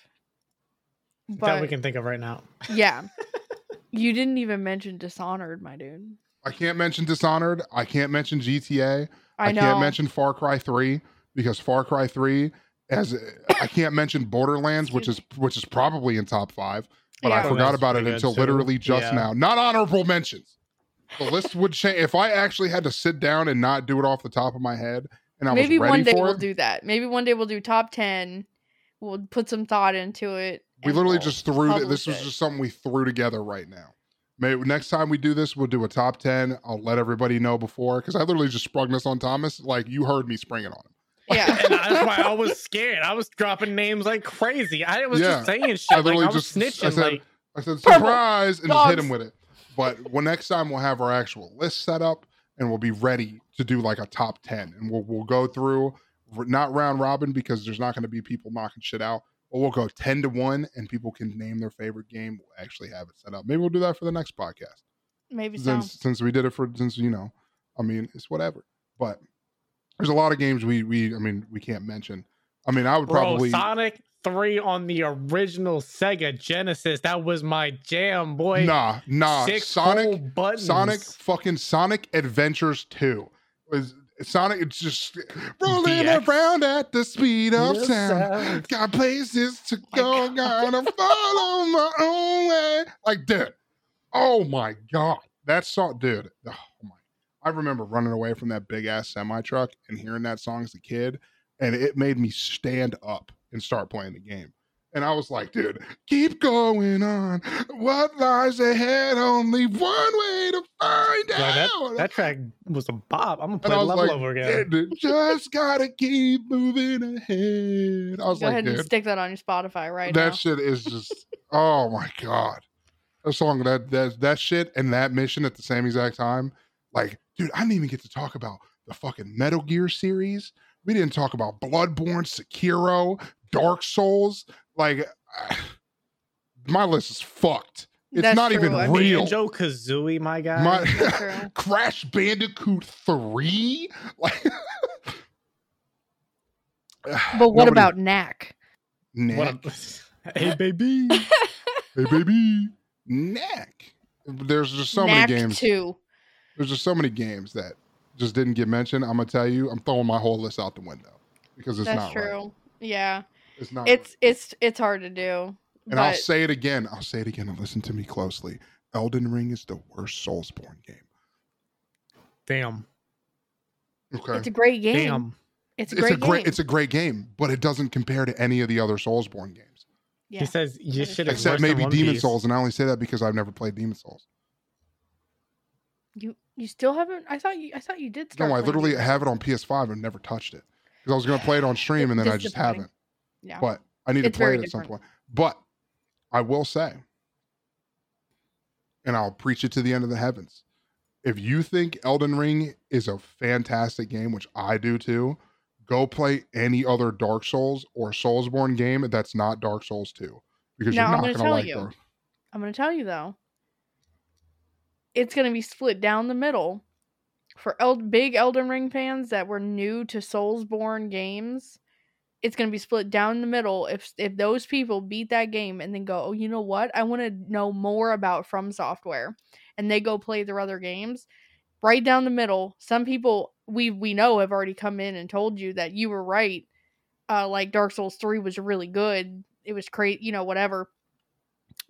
that we
But
can think of right now.
yeah. you didn't even mention Dishonored, my dude.
I can't mention Dishonored. I can't mention GTA.
I, know.
can't mention Far Cry 3 because Far Cry 3 as I can't mention Borderlands, which is
Excuse
which is probably in top five, but I
Yeah.
forgot
Borderlands is
about it
pretty good
until
too.
literally just
Yeah.
now. Not honorable mentions. The list would change if I actually had to sit down and not do it off the top of my head. And I
Maybe
was ready
one day
for
we'll
it.
do that. Maybe one day we'll do top ten. We'll put some thought into it.
We
and
literally
we'll
just threw th-
publish
this was
it.
just something we threw together right now. Maybe next time we do this, we'll do a top ten. I'll let everybody know before because I literally just sprung this on Thomas. Like you heard me springing on him.
yeah.
And that's why I was scared. I was dropping names like crazy. I was
Yeah.
just saying shit.
I
like,
literally
I was
just- I
snitching.
said-
like,
I said
Purple
surprise and just hit
dogs.
him with it. But well, next time we'll have our actual list set up and we'll be ready to do like a top ten and we'll we'll go through r- not round robin because there's not going to be people knocking shit out. But we'll go ten to one and people can name their favorite game. We'll actually have it set up. Maybe we'll do that for the next podcast.
Maybe so.
since since we did it for since you know, I mean it's whatever. But there's a lot of games we we I mean we can't mention. I mean I would
bro,
probably
Sonic Three on the original Sega Genesis. That was my jam, boy.
nah nah
Six whole
Sonic
buttons.
Sonic fucking Sonic Adventures two was Sonic. It's just rolling
DX.
around at the speed of
Yes,
sound.
sound.
Got places to
my
go, gotta follow my own way. Like, dude, oh my god, that song, dude. Oh my, I remember running away from that big ass semi truck and hearing that song as a kid, and it made me stand up and start playing the game. And I was like, dude, keep going on. What lies ahead? Only one way to find
Bro,
out.
That track was a bop. I'm gonna
and
play
I
the
was
level
like,
over again.
"Dude, just gotta keep moving ahead. I was
Go
like,
ahead
dude,
and stick that on your Spotify right
that
now.
shit is just oh my god that song that that that shit and that mission at the same exact time like dude i didn't even get to talk about the fucking metal gear series we didn't talk about bloodborne sekiro dark souls like my list is fucked it's
That's
not
true.
even
I mean,
real
Banjo Kazooie, my guy.
my
That's true.
crash bandicoot 3 like
But what
Nobody-
about Knack?
Nah.
What a- hey baby.
hey baby neck there's just so
Knack
many games
Two.
there's just so many games that just didn't get mentioned i'm gonna tell you i'm throwing my whole list out the window because it's
That's
not
true.
right
Yeah,
it's not right.
it's it's it's hard to do.
and i'll say it again i'll say it again and listen to me closely elden ring is the worst soulsborne game
Damn.
Okay.
It's a great game.
Damn.
It's a
It's
great
a great
game.
it's a great game, but it doesn't compare to any of the other Soulsborne games.
yeah.
He says you
That is
should
true.
have
Except maybe Demon Souls, and I only say that because I've never played Demon Souls.
You you still haven't? I thought you I thought you did. Start
no, I
playing
literally
it.
have it on PS5 and never touched it. Because I was gonna play it on stream and then I just
Disappointing.
haven't.
Yeah.
But I need to
It's
play
very
it at some
different.
point. But I will say, and I'll preach it to the end of the heavens. If you think Elden Ring is a fantastic game, which I do too, go play any other Dark Souls or Soulsborne game that's not Dark Souls 2. Because
Now,
you're not
I'm
going
gonna
to
tell
like
you.
those.
I'm gonna tell you though. It's gonna be split down the middle. For El- big Elden Ring fans that were new to Soulsborne games, it's gonna be split down the middle. If if those people beat that game and then go, oh, you know what? I want to know more about From Software, and they go play their other games, right down the middle. Some people we we know have already come in and told you that you were right. Uh, like Dark Souls three was really good. It was crazy, you know, whatever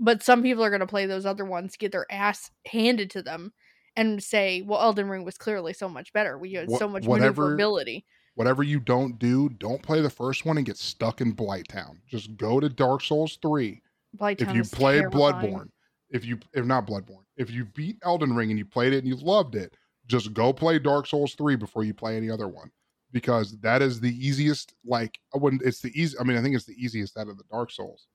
but some people are going to play those other ones get their ass handed to them and say well elden ring was clearly so much better we had
Wha-
so much
whatever-
maneuverability
Whatever you don't do, don't play the first one and get stuck in Blighttown. Just go to Dark Souls 3
Blighttown
if you
is
play
terrifying.
Bloodborne, if you if not Bloodborne, if you beat Elden Ring and you played it and you loved it, just go play Dark Souls 3 before you play any other one because that is the easiest like I wouldn't it's the easy I mean I think it's the easiest out of the Dark Souls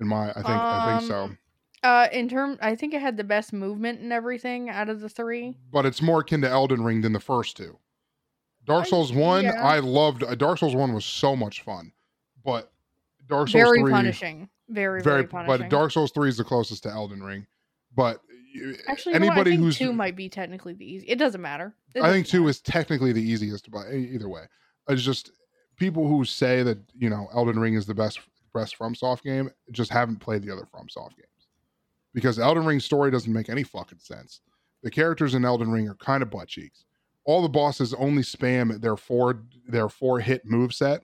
in my I think I think so.
Um, uh in term i think it had the best movement and everything out of the three
But it's more akin to Elden Ring than the first two. Dark
I-
Souls 1
yeah.
I loved uh, Dark Souls 1 was so much fun. But Dark Souls
very
3
punishing very very,
very
punishing
but Dark Souls 3 is the closest to Elden Ring. But you-
actually you know what?
anybody
I think
who's
two might be technically the easy it doesn't matter It
I think
doesn't
two
matter.
is technically the easiest, but e- either way, it's just people who say that you know Elden Ring is the best best FromSoft game just haven't played the other FromSoft games because Elden Ring's story doesn't make any fucking sense. The characters in Elden Ring are kind of butt cheeks. All the bosses only spam their four their four hit moveset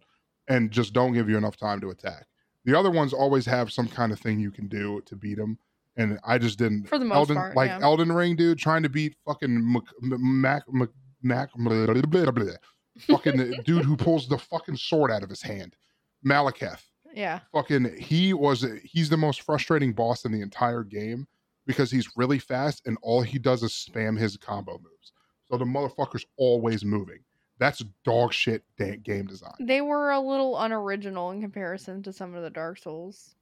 and just don't give you enough time to attack. The other ones always have some kind of thing you can do to beat them, and I just didn't.
For the most
Elden,
part,
like
yeah.
Elden Ring, dude, trying to beat fucking Mac, Mac, Mac, Mac blah, blah, blah, blah. fucking dude who pulls the fucking sword out of his hand, Malekith
yeah
fucking he was he's the most frustrating boss in the entire game because he's really fast and all he does is spam his combo moves. So the motherfucker's always moving. That's dog shit da- game design.
they were a little unoriginal in comparison to some of the dark souls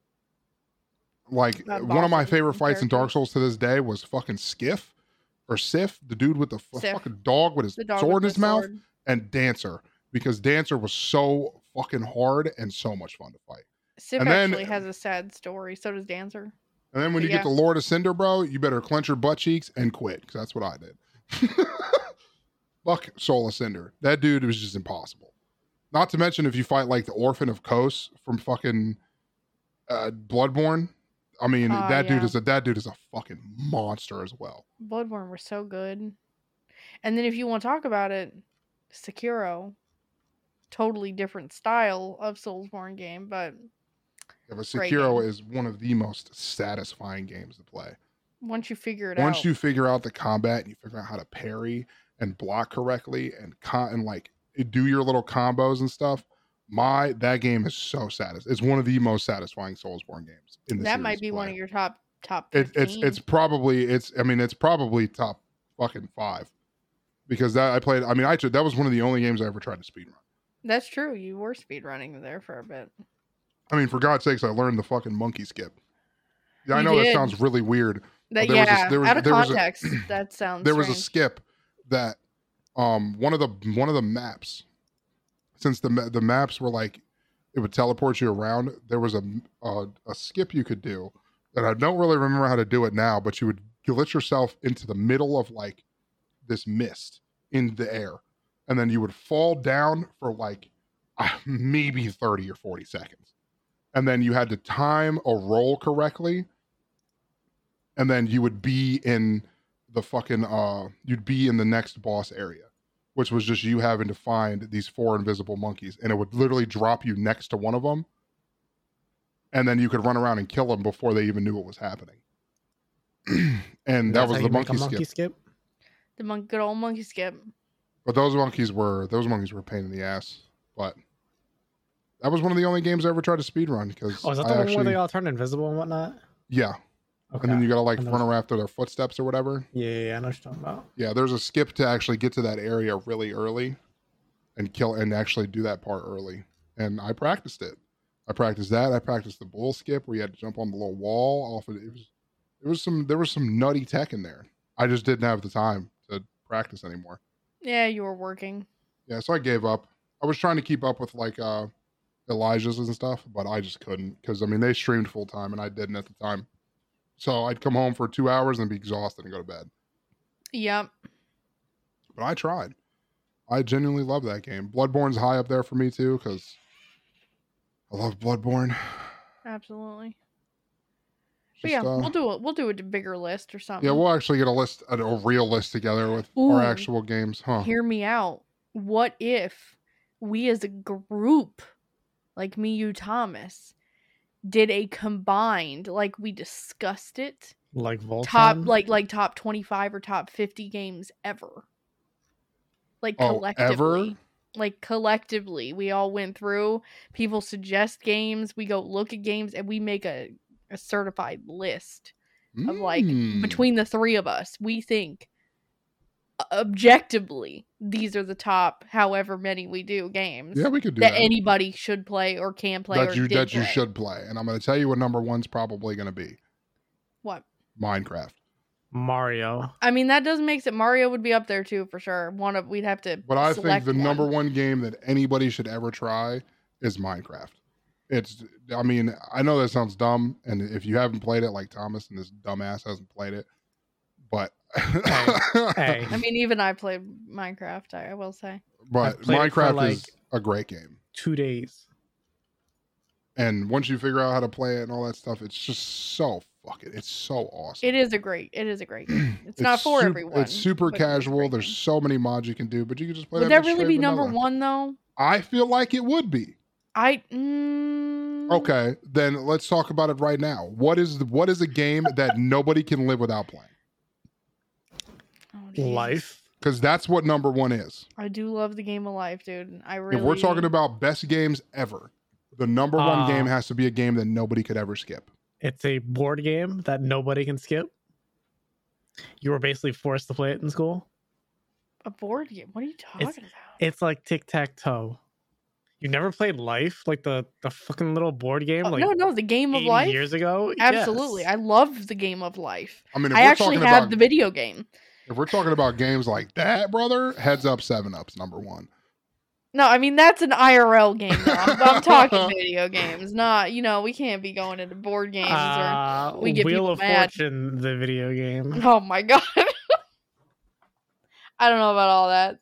Like
Not
one of my
bosses,
favorite fights in Dark
characters.
Souls to this day was fucking Skiff or Sif, the dude with the f-
Sif.
fucking dog with his
the dog
sword in
with
his
the
mouth,
sword.
and Dancer because Dancer was so fucking hard and so much fun to fight.
Sif
And then-
actually has a sad story. So does Dancer.
And then when you
Yeah.
get to Lord of Cinder, bro, you better clench your butt cheeks and quit because that's what I did. Fuck Soul of Cinder. That dude was just impossible. Not to mention if you fight like the Orphan of Kos from fucking uh, Bloodborne. I mean,
Ah,
that dude
yeah.
is a that dude is a fucking monster as well.
Bloodborne were so good. And then if you want to talk about it, Sekiro, totally different style of Soulsborne game, but
Yeah, but
Great
Sekiro
game.
is one of the most satisfying games to play.
once you figure it
once
out,
you figure out the combat and you figure out how to parry and block correctly and con- and like do your little combos and stuff my that game is so satisfying it's one of the most satisfying soulsborne games in the
that might
series
be
to
one
play.
of your top top.
it, it's
15.
it's probably it's i mean it's probably top fucking five because that i played i mean i took that was one of the only games i ever tried to speedrun
that's true. You were speedrunning there for a bit.
i mean for god's sakes i learned the fucking monkey skip yeah i
You
know that
did.
sounds really weird
That
there was a-
yeah,
there was-
out of
there was a-
context, that sounds.
there was a
strange.
skip that um one of the one of the maps since the ma- the maps were like it would teleport you around there was a a, a skip you could do that I don't really remember how to do it now but you would glitch yourself into the middle of like this mist in the air and then you would fall down for like maybe 30 or 40 seconds and then you had to time a roll correctly and then you would be in the fucking uh you'd be in the next boss area which was just you having to find these four invisible monkeys and it would literally drop you next to one of them and then you could run around and kill them before they even knew what was happening and that
That's
was
how
the
you make a
monkey skip
skip.
the mon- good old monkey skip.
But those monkeys were those monkeys were a pain in the ass. But that was one of the only games I ever tried to speedrun because
Oh, is that
I
the one
actually
where they all turn invisible and whatnot?
yeah,
Okay.
and then you gotta like
I know.
run around after their footsteps or whatever.
yeah, yeah, yeah, I know what you're talking about.
Yeah, there's a skip to actually get to that area really early, and kill and actually do that part early. And I practiced it. I practiced that. I practiced the bull skip where you had to jump on the little wall off. Of, it was there was some there was some nutty tech in there. I just didn't have the time to practice anymore.
Yeah, you were working.
Yeah, so I gave up. I was trying to keep up with like uh Elijah's and stuff, but I just couldn't because I mean they streamed full time and I didn't at the time. So I'd come home for two hours and be exhausted and go to bed.
Yep.
But I tried. I genuinely love that game. Bloodborne's high up there for me too because I love Bloodborne.
Absolutely. But
Just,
yeah,
uh,
we'll do it. We'll do a bigger list or something.
yeah, we'll actually get a list, a, a real list together with
Ooh.
our actual games, huh?
hear me out. What if we as a group, like me, you, Thomas, did a combined, like we discussed it,
Like Voltron.
top like like top twenty five or top fifty games ever. Like
Oh,
collectively.
ever?
Like collectively, we all went through. People suggest games. We go look at games, and we make a, a certified list of, like,
Mm.
between the three of us. We think uh, objectively these are the top, however many we do games
yeah, we could do
that,
that.
anybody should play or can play
that
or
you
did
that you
play.
should play, and I'm going to tell you what number one's probably going to be.
What?
Minecraft.
Mario.
I mean, that does makes it Mario would be up there too for sure. One of we'd have to.
But I
select
think the number
one.
one game that anybody should ever try is Minecraft. It's, I mean, I know that sounds dumb, and if you haven't played it, like Thomas and this dumbass hasn't played it, but
Hey.
I mean, even I played Minecraft. I, I will say.
but
I've played it for,
Minecraft
like-
is a great game,
Two days.
and once you figure out how to play it and all that stuff, it's just so fucking, it's so awesome.
It is a great. It is a great. Game. It's, not for
sup-
everyone.
It's super
but it's a
casual.
great
There's
game.
so many mods you can do, but you can just play.
Would
that
that
bitch
really
straight
be
with
number
another.
one though?
I feel like it would be.
I. Mm,
Okay, then let's talk about it right now. What is the, what is a game that nobody can live without playing?
Oh, Jesus.
Life.
Because that's what number one is.
I do love the game of life, dude. I really.
If we're talking about best games ever, the number one
Uh,
Ah.
game has to be a game that nobody could ever skip.
It's a board game that nobody can skip. You were basically forced to play it in school.
a board game, what are you talking about?
It's like tic tac toe. You never played Life, like the the fucking little board game,
Oh,
like
no, no, the game of
80
life.
years ago.
Absolutely,
Yes.
I love the game of life.
I mean, if
I
we're
actually
talking
have
about
the video game.
if we're talking about games like that, brother, heads up, seven ups, number one.
No, I mean that's an IRL game. Though. I'm, I'm talking video games, not you know we can't be going into board games
Uh,
we get
Wheel
people
of
mad.
Fortune, the video
or.
game.
Oh my god, I don't know about all that.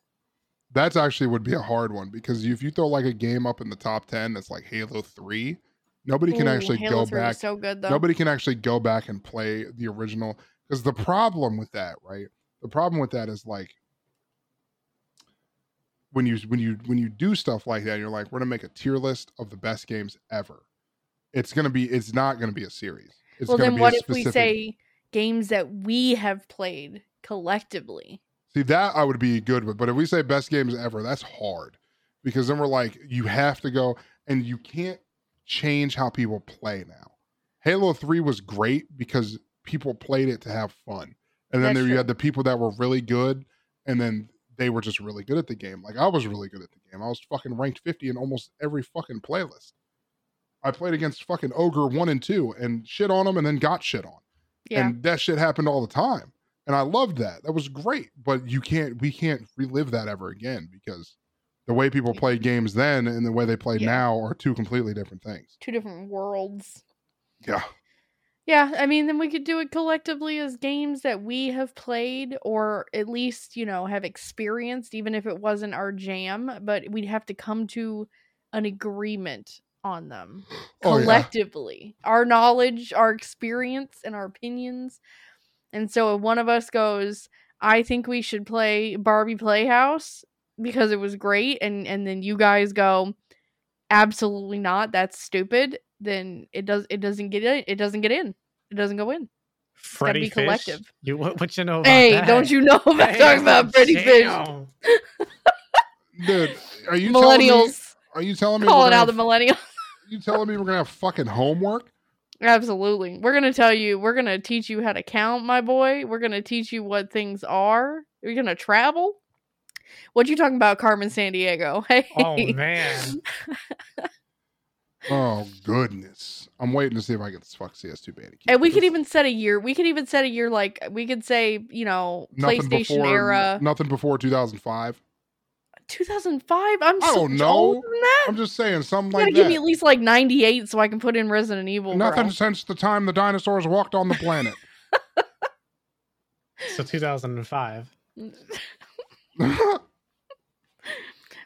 That's actually would be a hard one because if you throw like a game up in the top ten that's like Halo Three, nobody can
Ooh,
actually go
Halo 3 was
back
So good though.
nobody can actually go back and play the original because the problem with that right the problem with that is like when you when you when you do stuff like that you're like we're gonna make a tier list of the best games ever it's gonna be it's not gonna be a series it's
well,
gonna
then
be
what
a
if we
specific
say games that we have played collectively?
see that i would be good with but if we say best games ever that's hard because then we're like you have to go and you can't change how people play now halo 3 was great because people played it to have fun and then
That's
there you
true.
had the people that were really good and then they were just really good at the game like i was really good at the game i was fucking ranked 50 in almost every fucking playlist i played against fucking ogre 1 and 2 and shit on them and then got shit on
Yeah,
and that shit happened all the time. And I loved that. That was great. But you can't, we can't relive that ever again because the way people play games then and the way they play
Yeah.
now are two completely different things.
two different worlds.
Yeah.
Yeah, I mean, then we could do it collectively as games that we have played or at least, you know, have experienced, even if it wasn't our jam, but we'd have to come to an agreement on them
Oh, yeah.
collectively. Our knowledge, our experience, and our opinions. And so if one of us goes, I think we should play Barbie Playhouse because it was great, and, and then you guys go, absolutely not that's stupid then it does it doesn't get in it doesn't get in it doesn't go in
Freddy
be
Fish.
collective.
You what, what you know about
Hey,
that?
don't you know about
Hey,
talking about Freddy Fish?
damn.
Dude, are you Telling me,
Millennials
are you telling me?
calling
we're
out the
gonna-
millennials.
you telling me we're gonna have fucking homework?
Absolutely. We're gonna tell you. We're gonna teach you how to count, my boy. We're gonna teach you what things are. You're gonna travel. What you talking about, Carmen San Diego? Hey.
Oh man.
Oh goodness! I'm waiting to see if I can fuck CS2 Bandicoot.
And we could
There's
even set a year. We could even set a year like we could say, you know,
nothing
PlayStation
before,
era,
Nothing before 2005.
2005. I'm
I
so
don't
much
know.
older than that.
I'm just saying something
you gotta
like
give
that.
me at least like 98 so I can put in Resident Evil.
nothing
bro.
since the time the dinosaurs walked on the planet.
So 2005.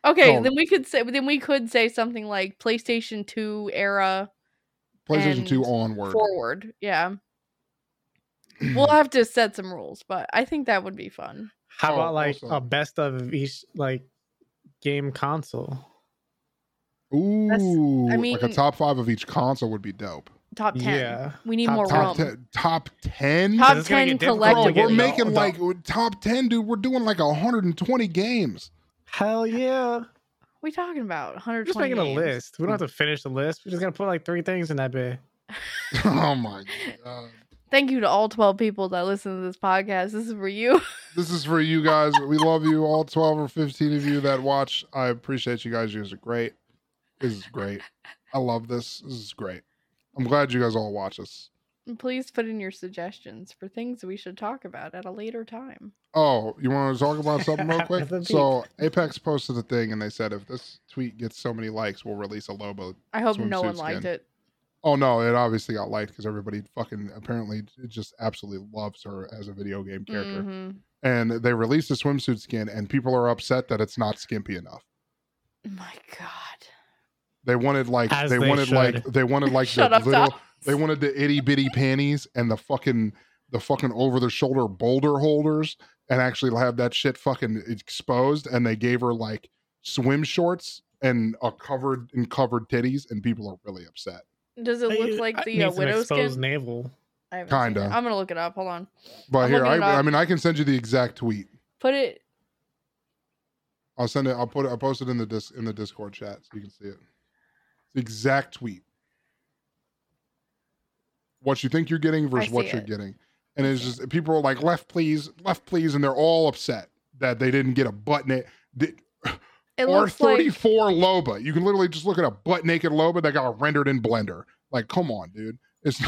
Okay,
No.
then we could say then we could say something like PlayStation 2 era
PlayStation
And
2 onward.
forward. Yeah. We'll have to set some rules, but I think that would be fun.
How
Oh,
about like
also-
a best of each like game console?
Ooh, like a
mean-
top five of each console would be dope.
Top 10.
Yeah.
We need
Top
more
10.
Top
room.
ten, top ten.
Top
Because it's gonna
10
get difficult
Bro,
to
collectible.
get
we're
the-
making
the-
like top ten, dude. We're doing like 120 games.
hell yeah.
What are we talking about?
We're
120
just making
games.
a list. We don't have to finish the list. We're just gonna put like three things in that bit.
oh my god.
Thank you to all 12 people that listen to this podcast. This is for you.
This is for you guys. We love you, all 12 or 15 of you that watch. I appreciate you guys. You guys are great. This is great. I love this. This is great. I'm glad you guys all watch us.
And Please put in your suggestions for things we should talk about at a later time.
Oh, you want to talk about something real quick?
The beep.
so Apex posted a thing and they said if this tweet gets so many likes, we'll release a Lobo.
I hope no one
Swimsuits
liked
again.
it.
Oh no, it obviously got liked because everybody fucking apparently just absolutely loves her as a video game character.
Mhm.
And they released a swimsuit skin and people are upset that it's not skimpy enough.
My God.
They wanted like
As
they,
they
wanted like they wanted like
Shut
the
up,
little
Tom.
they wanted the itty bitty panties and the fucking the fucking over the shoulder boulder holders and actually have that shit fucking exposed and they gave her like swim shorts and a covered and covered titties and people are really upset.
Does it look like the uh, widow skin?
navel.
I haven't seen
Kinda.
it. I'm gonna look it up. Hold on.
But
I'm
here
looking
I,
it
I
up.
mean I can send you the exact tweet.
Put it.
I'll send it I'll put it I'll post it in the dis in the Discord chat so you can see it. The exact tweet. What you think you're getting versus
see
what you're
it.
getting. And it's just people are like left please, left please, and they're all upset that they didn't get a butt naked
It
R
looks
thirty
like
four Loba. You can literally just look at a butt naked Loba that got rendered in Blender. Like, come on, dude. It's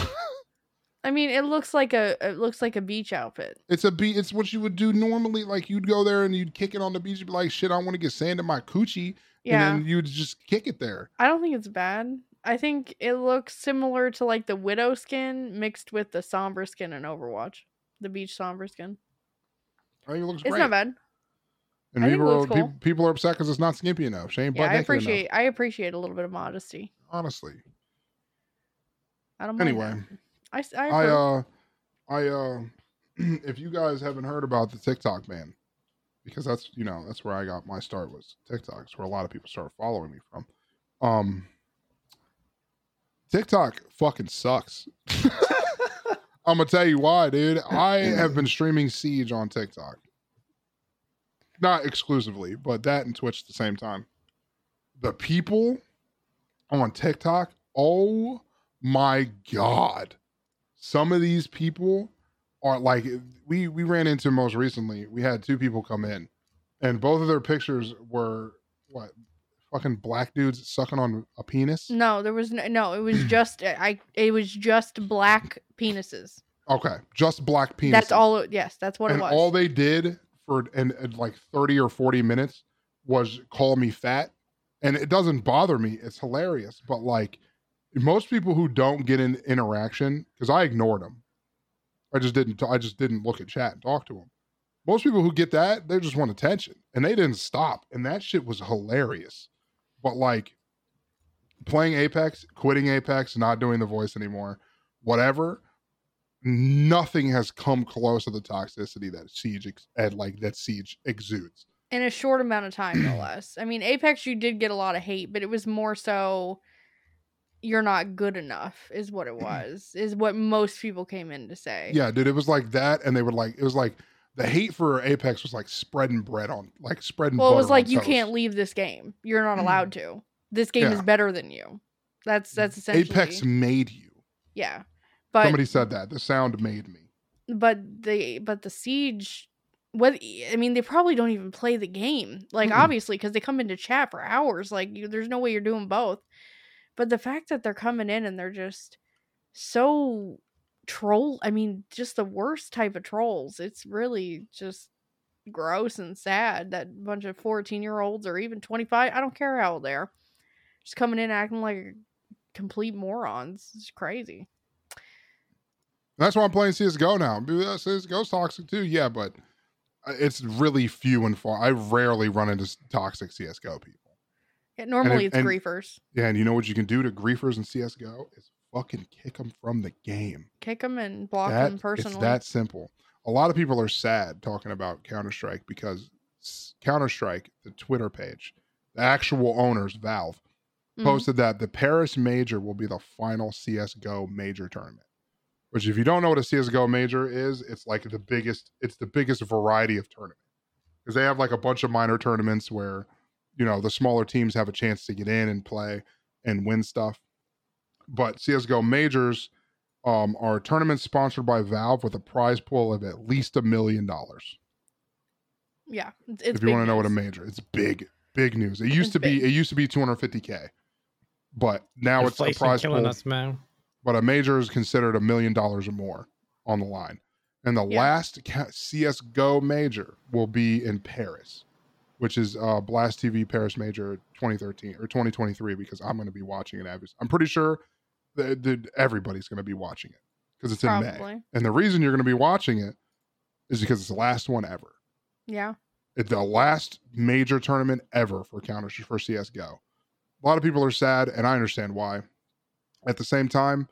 I mean, it looks like a it looks like a beach outfit.
it's a beat. It's what you would do normally. Like you'd go there and you'd kick it on the beach. You'd be like, shit, I want to get sand in my coochie,
Yeah,
and then you'd just kick it there.
I don't think it's bad. I think it looks similar to like the widow skin mixed with the somber skin in Overwatch, the beach somber skin.
I think it looks
It's
great.
not bad.
And
I think it
people are,
looks cool.
peop- people are upset because it's not skimpy enough. She ain't
Yeah,
butt
I
naked
appreciate
enough.
I appreciate a little bit of modesty.
Honestly,
I don't mind
Anyway.
that. I s- I,
I
approve.
uh, I uh, if you guys haven't heard about the TikTok ban, because that's you know that's where I got my start was TikTok. It's where a lot of people started following me from. Um, TikTok fucking sucks. I'm gonna tell you why, dude. I have been streaming Siege on TikTok, not exclusively, but that and Twitch at the same time. The people on TikTok, oh my god, some of these people are like we we ran into most recently. We had two people come in, and both of their pictures were what fucking black dudes sucking on a penis.
no, there was no, no. It was just I. It was just black penises.
Okay, just black penis.
That's all. it- Yes, that's what
and
it was.
all they did for and, and like 30 or 40 minutes was call me fat and it doesn't bother me it's hilarious but like most people who don't get an interaction because i ignored them i just didn't t- i just didn't look at chat and talk to them most people who get that they just want attention and they didn't stop and that shit was hilarious but like playing apex quitting apex not doing the voice anymore whatever nothing has come close to the toxicity that siege ex- and like that siege exudes
in a short amount of time no less i mean apex you did get a lot of hate but it was more so you're not good enough is what it was is what most people came in to say
Mm-hmm. Yeah, dude, it was like that, and they were like, it was like the hate for Apex was like spreading bread on, like spreading.
well it was
butter
like
on
you
toast.
can't leave this game you're not allowed to this game is
Mm-hmm. Yeah. Mm-hmm.
better than you that's that's essentially
Apex made you.
yeah but
Somebody said that. The sound made me.
but the but the siege what e, i mean they probably don't even play the game like
Mm-mm.
obviously because they come into chat for hours like you, there's no way you're doing both but the fact that they're coming in and they're just so troll i mean just the worst type of trolls it's really just gross and sad that bunch of 14 year olds or even 25 i don't care how old they are just coming in acting like complete morons it's crazy
And that's why I'm playing CS:GO now. Maybe that CS:GO's toxic too. Yeah, but uh, it's really few and far. I rarely run into s- toxic CS:GO people.
Yeah, normally
it-
it's
and-
griefers
Yeah, and you know what you can do to griefers in CS:GO is fucking kick them from the game.
kick them and block
That
them
it's
personally.
that simple. A lot of people are sad talking about Counter Strike because Counter Strike, the Twitter page, the actual owners, Valve,
Mhm.
posted that the Paris Major will be the final CS:GO major tournament. Which, if you don't know what a CS:GO major is, it's like the biggest. It's the biggest variety of tournament because they have like a bunch of minor tournaments where, you know, the smaller teams have a chance to get in and play and win stuff. But CS:GO majors um, are tournaments sponsored by Valve with a prize pool of at least a million dollars.
Yeah, it's, it's
If you want to know what a
means.
major, it's big, big news. It used
It's
to be
big.
it used to be 250k, but now it's a
Inflation
prize
killing
pool
us, man.
but a major is considered a million dollars or more on the line. And the
Yeah.
last ca- CSGO major will be in Paris, which is uh, Blast TV Paris Major 2013 or 2023, because I'm going to be watching it. obvious- I'm pretty sure that, that everybody's going to be watching it because it's in May.
Probably.
And the reason you're going to be watching it is because it's the last one ever.
Yeah,
It's the last major tournament ever for Counter for CS:GO. A lot of people are sad, and I understand why. At the same time,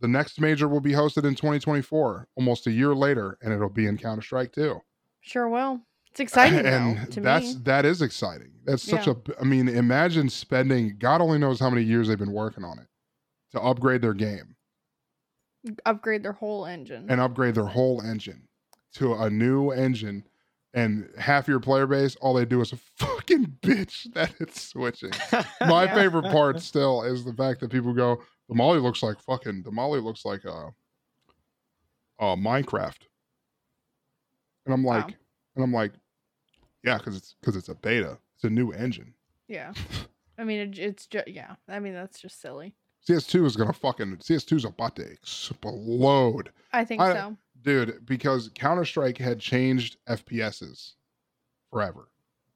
the next major will be hosted in 2024, almost a year later, and it'll be in Counter Strike too.
sure will. It's exciting
and
though, to
that's
me.
that is exciting. That's such
Yeah.
a. I mean, imagine spending God only knows how many years they've been working on it to upgrade their game
Upgrade their whole engine.
and upgrade their whole engine to a new engine. And half your player base, all they do is a fucking bitch that it's switching. my
Yeah.
favorite part still is the fact that people go, the Molly looks like fucking the Molly looks like uh uh Minecraft. And I'm like
Wow.
and I'm like, yeah, because it's because it's a beta. It's a new engine.
yeah, I mean it, it's just yeah. I mean that's just silly.
CS2 is gonna fucking CS2 is about to explode.
I think
I-
so.
Dude, because Counter Strike had changed FPSs forever.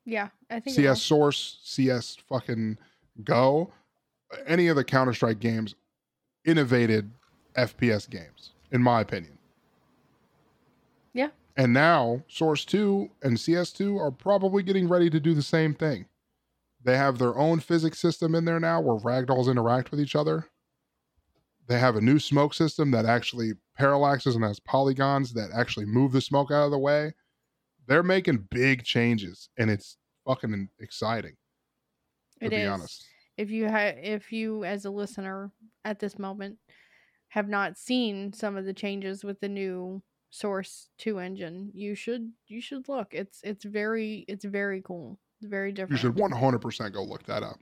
Yeah, I think it will.
CS Source, CS fucking Go, any of the Counter Strike games innovated FPS games, in my opinion.
Yeah.
And now Source 2 and CS2 are probably getting ready to do the same thing. They have their own physics system in there now where ragdolls interact with each other. They have a new smoke system that actually parallaxes and has polygons that actually move the smoke out of the way. They're making big changes and it's fucking exciting to
It
be
is.
honest.
If you ha- if you as a listener at this moment have not seen some of the changes with the new Source Two engine, you should you should look. It's it's very it's very cool. It's very different.
You should 100% go look that up.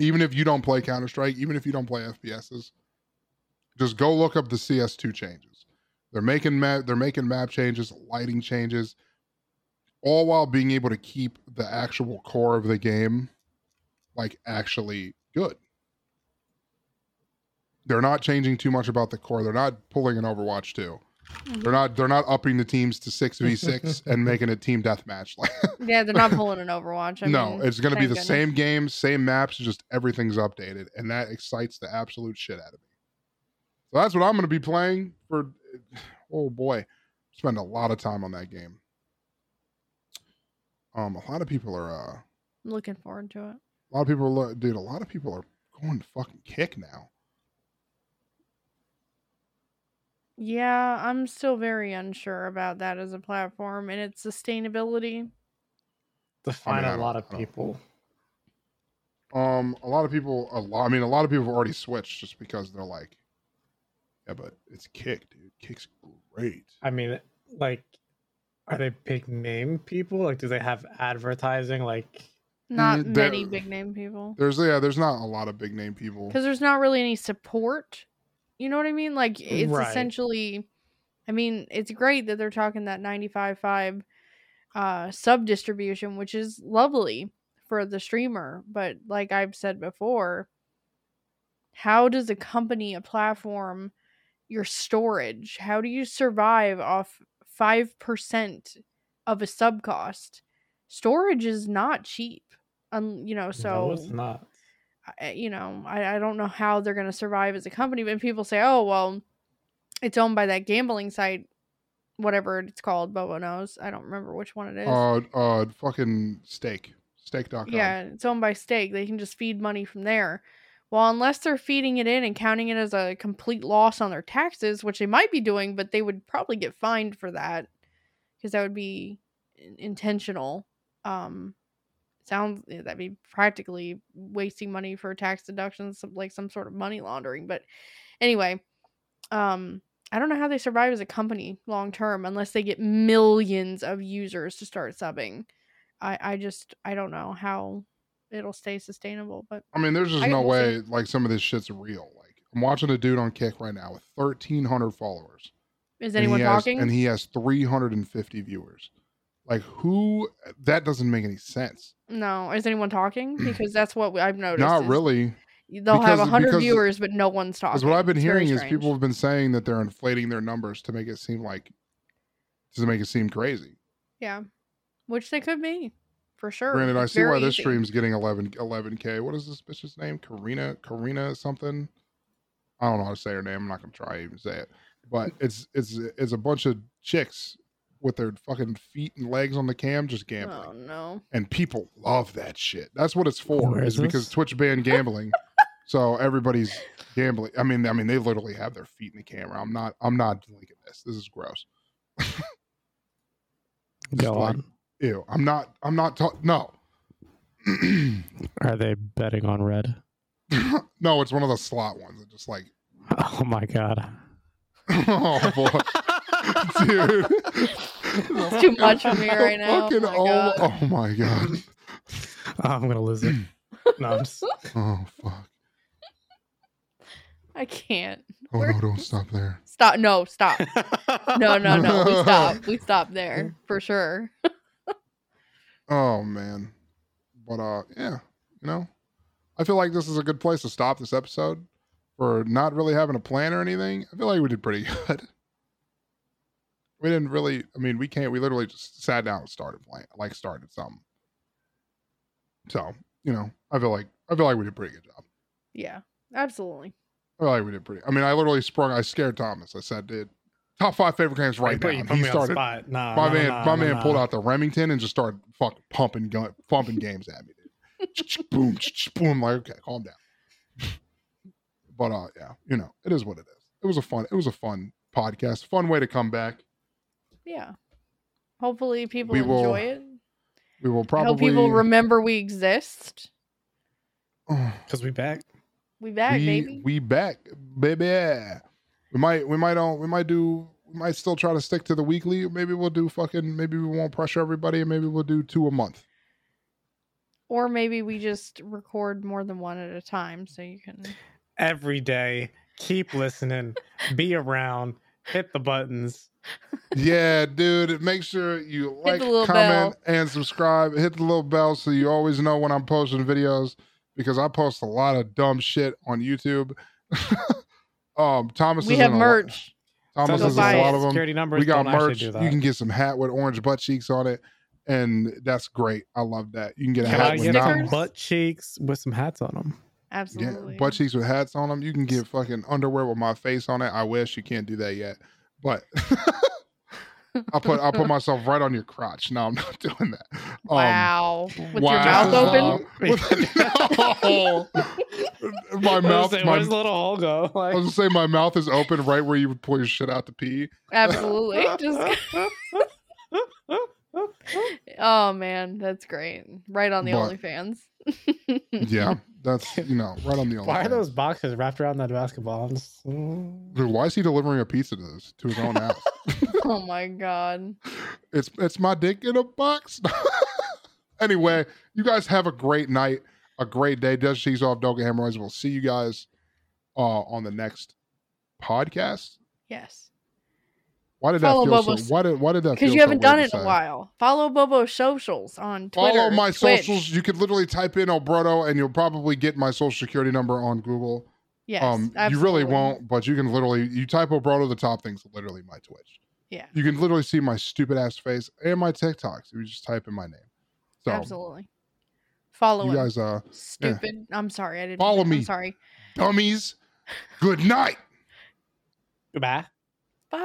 Even if you don't play Counter Strike, even if you don't play FPSs, just go look up the CS2 changes. They're making map, they're making map changes, lighting changes, all while being able to keep the actual core of the game like actually good. They're not changing too much about the core. They're not pulling an Overwatch 2. They're not they're not upping the teams to 6v6 and making it team deathmatch like
Yeah, they're not pulling an Overwatch. I
no,
mean,
it's going to be
thank
the
goodness.
same game, same maps, just everything's updated, and that excites the absolute shit out of me. So that's what I'm going to be playing for. Oh boy, spend a lot of time on that game. Um, a lot of people are, uh,
I'm looking forward to it.
a lot of people, are, lo- dude, a lot of people are going to fucking kick now.
Yeah, I'm still very unsure about that as a platform and its sustainability.
Define
I
a
don't-
lot of
I don't-
people.
Um, a lot of people, a lot. I mean, a lot of people have already switched just because they're like, yeah, but it's kick, dude. Kick's great.
I mean, like, are they big name people? Like, do they have advertising? Like,
Not
Mm, there-
many big name people.
There's yeah, there's not a lot of big name people.
Because there's not really any support. You know what I mean? Like it's
Right.
essentially I mean, it's great that they're talking that 95.5 uh sub distribution, which is lovely for the streamer, but like I've said before, how does a company, a platform, your storage, how do you survive off 5% of a sub cost? Storage is not cheap. Um, you know, so
no, it's not.
I- eh, you know, I, I don't know how they're going to survive as a company. But people say, oh, well, it's owned by that gambling site, whatever it's called. Bobo knows. I don't remember which one it is.
Uh, uh, fucking steak, steak.com.
yeah, it's owned by Stake. They can just feed money from there. Well, unless they're feeding it in and counting it as a complete loss on their taxes, which they might be doing, but they would probably get fined for that because that would be in- intentional. Um, sounds eh, that'd be practically wasting money for tax deductions, some- like some sort of money laundering. But anyway, um, I don't know how they survive as a company long term unless they get millions of users to start subbing. I I just I don't know how it'll stay sustainable, but
I mean, there's just
I
no
can
way like some of this shit's real. Like I'm watching a dude on Kick right now with 1,300 followers.
is
and he
anyone
has-
talking?
and he has 350 viewers. Like who? That doesn't make any sense.
no, is anyone talking? Because that's what we- I've noticed.
Not
Oh, is
really.
They'll
because-
have have 100
because-
viewers, but no one's talking.
Because what I've been
It's very
hearing is
strange.
people have been saying that they're inflating their numbers to make it seem like to make it seem crazy.
Yeah. Which they could be, for sure.
Granted, I
It's
see why
very
this
easy.
stream's getting 11 11k. What is this bitch's name? Karina Karina something. I don't know how to say her name. I'm not gonna try to even say it. But it's it's it's a bunch of chicks with their fucking feet and legs on the cam just gambling.
Oh, no.
and people love that shit. That's what it's for.
Where
is
is
because
this?
Twitch banned gambling, so everybody's gambling. I mean, I mean, they literally have their feet in the camera. I'm not. I'm not linking this. This is gross.
Go
like-
on.
Ew. I'm not. I'm not. Ta- no.
Are they betting on red?
no, it's one of the slot ones. It's just like,
Oh my god.
oh boy, dude,
It's too much for me right now.
Fucking
Oh my
oh,
God.
oh my god.
Oh, I'm gonna lose it. No, I'm just,
Oh fuck.
I can't.
Oh no,
Where-
don't stop there.
Stop. No, stop. No, no, no. We stop. We stop there, for sure.
Oh man. But uh yeah, you know. I feel like this is a good place to stop this episode for not really having a plan or anything. I feel like we did pretty good. We didn't really I mean we can't we literally just sat down and started playing like started something. So, you know, I feel like I feel like we did a pretty good job.
Yeah, absolutely.
I feel like we did pretty I mean I literally sprung I scared Thomas. I said dude top five favorite games right
You put,
now.
you
and
put
he
me on the
started
spot. Nah,
my
nah,
man,
nah,
my
nah,
man
nah.
pulled out the Remington and just started fucking pumping gun, pumping games at me. Dude. boom, boom. Like, okay, calm down. But uh, yeah, you know, it is what it is. It was a fun, it was a fun podcast, fun way to come back.
Yeah. Hopefully people
We will
enjoy it.
We will
I hope
probably
people remember we exist.
Cause we back.
We back,
we,
baby.
we back, baby. We might, we might, all, we might do, we might still try to stick to the weekly. Maybe we'll do fucking, maybe we won't pressure everybody, and maybe we'll do two a month.
Or maybe we just record more than one at a time so you can
Every day. Keep listening. be around. Hit the buttons.
yeah, dude. Make sure you like,
the little
comment, and subscribe. Hit the little bell so you always know when I'm posting videos because I post a lot of dumb shit on YouTube. um, Thomas,
We
is
have
in a lo-
merch.
Thomas
Go
is in
buy
a lot
it.
of them.
Security numbers.
We got
don't actually
merch.
Do
You
that.
can get some hat with orange butt cheeks on it, and that's great. I love that. You can get a
Can
Yeah,
hat
I
with
get some
stickers?
not,
butt cheeks with some hats on them?
yeah,
Absolutely.
butt cheeks with hats on them. You can get fucking underwear with my face on it. I wish you can't do that yet, but. I put I put myself right on your crotch. No, I'm not doing that. Um,
Wow. With your
Wow.
mouth
uh,
open?
No. my mouth.
Where's,
my,
the little hole go?
I
Like,
was gonna say my mouth is open right where you would pull your shit out to pee.
Absolutely. Just oh man, that's great. Right on the
But-
OnlyFans.
yeah, that's you know right on the.
Why are
thing.
those boxes wrapped around that basketball? I'm just- mm.
Dude, why is he delivering a pizza to this to his own house?
oh my god.
it's it's my dick in a box. anyway, you guys have a great night, a great day. Dutch Cheese off Dog Hemorrhoids. We'll see you guys uh on the next podcast.
Yes.
Why did that
Follow
feel
Bubbles.
so? Why did why did that?
Because
feel
you
so
haven't done
weird
it
to
in a
say?
while. Follow Bobo's socials on Twitter.
Follow my
Twitch.
socials. You could literally type in Obrodo, and you'll probably get my social security number on Google.
Yes.
um, you
absolutely.
really won't, but you can literally you type Obrodo the top things literally my Twitch.
Yeah.
You can literally see my stupid ass face and my TikToks if you just type in my name. So
Absolutely. Follow
you
him.
guys uh yeah.
Stupid. I'm sorry. I didn't.
Follow
I'm
me.
sorry.
dummies, good night.
Goodbye.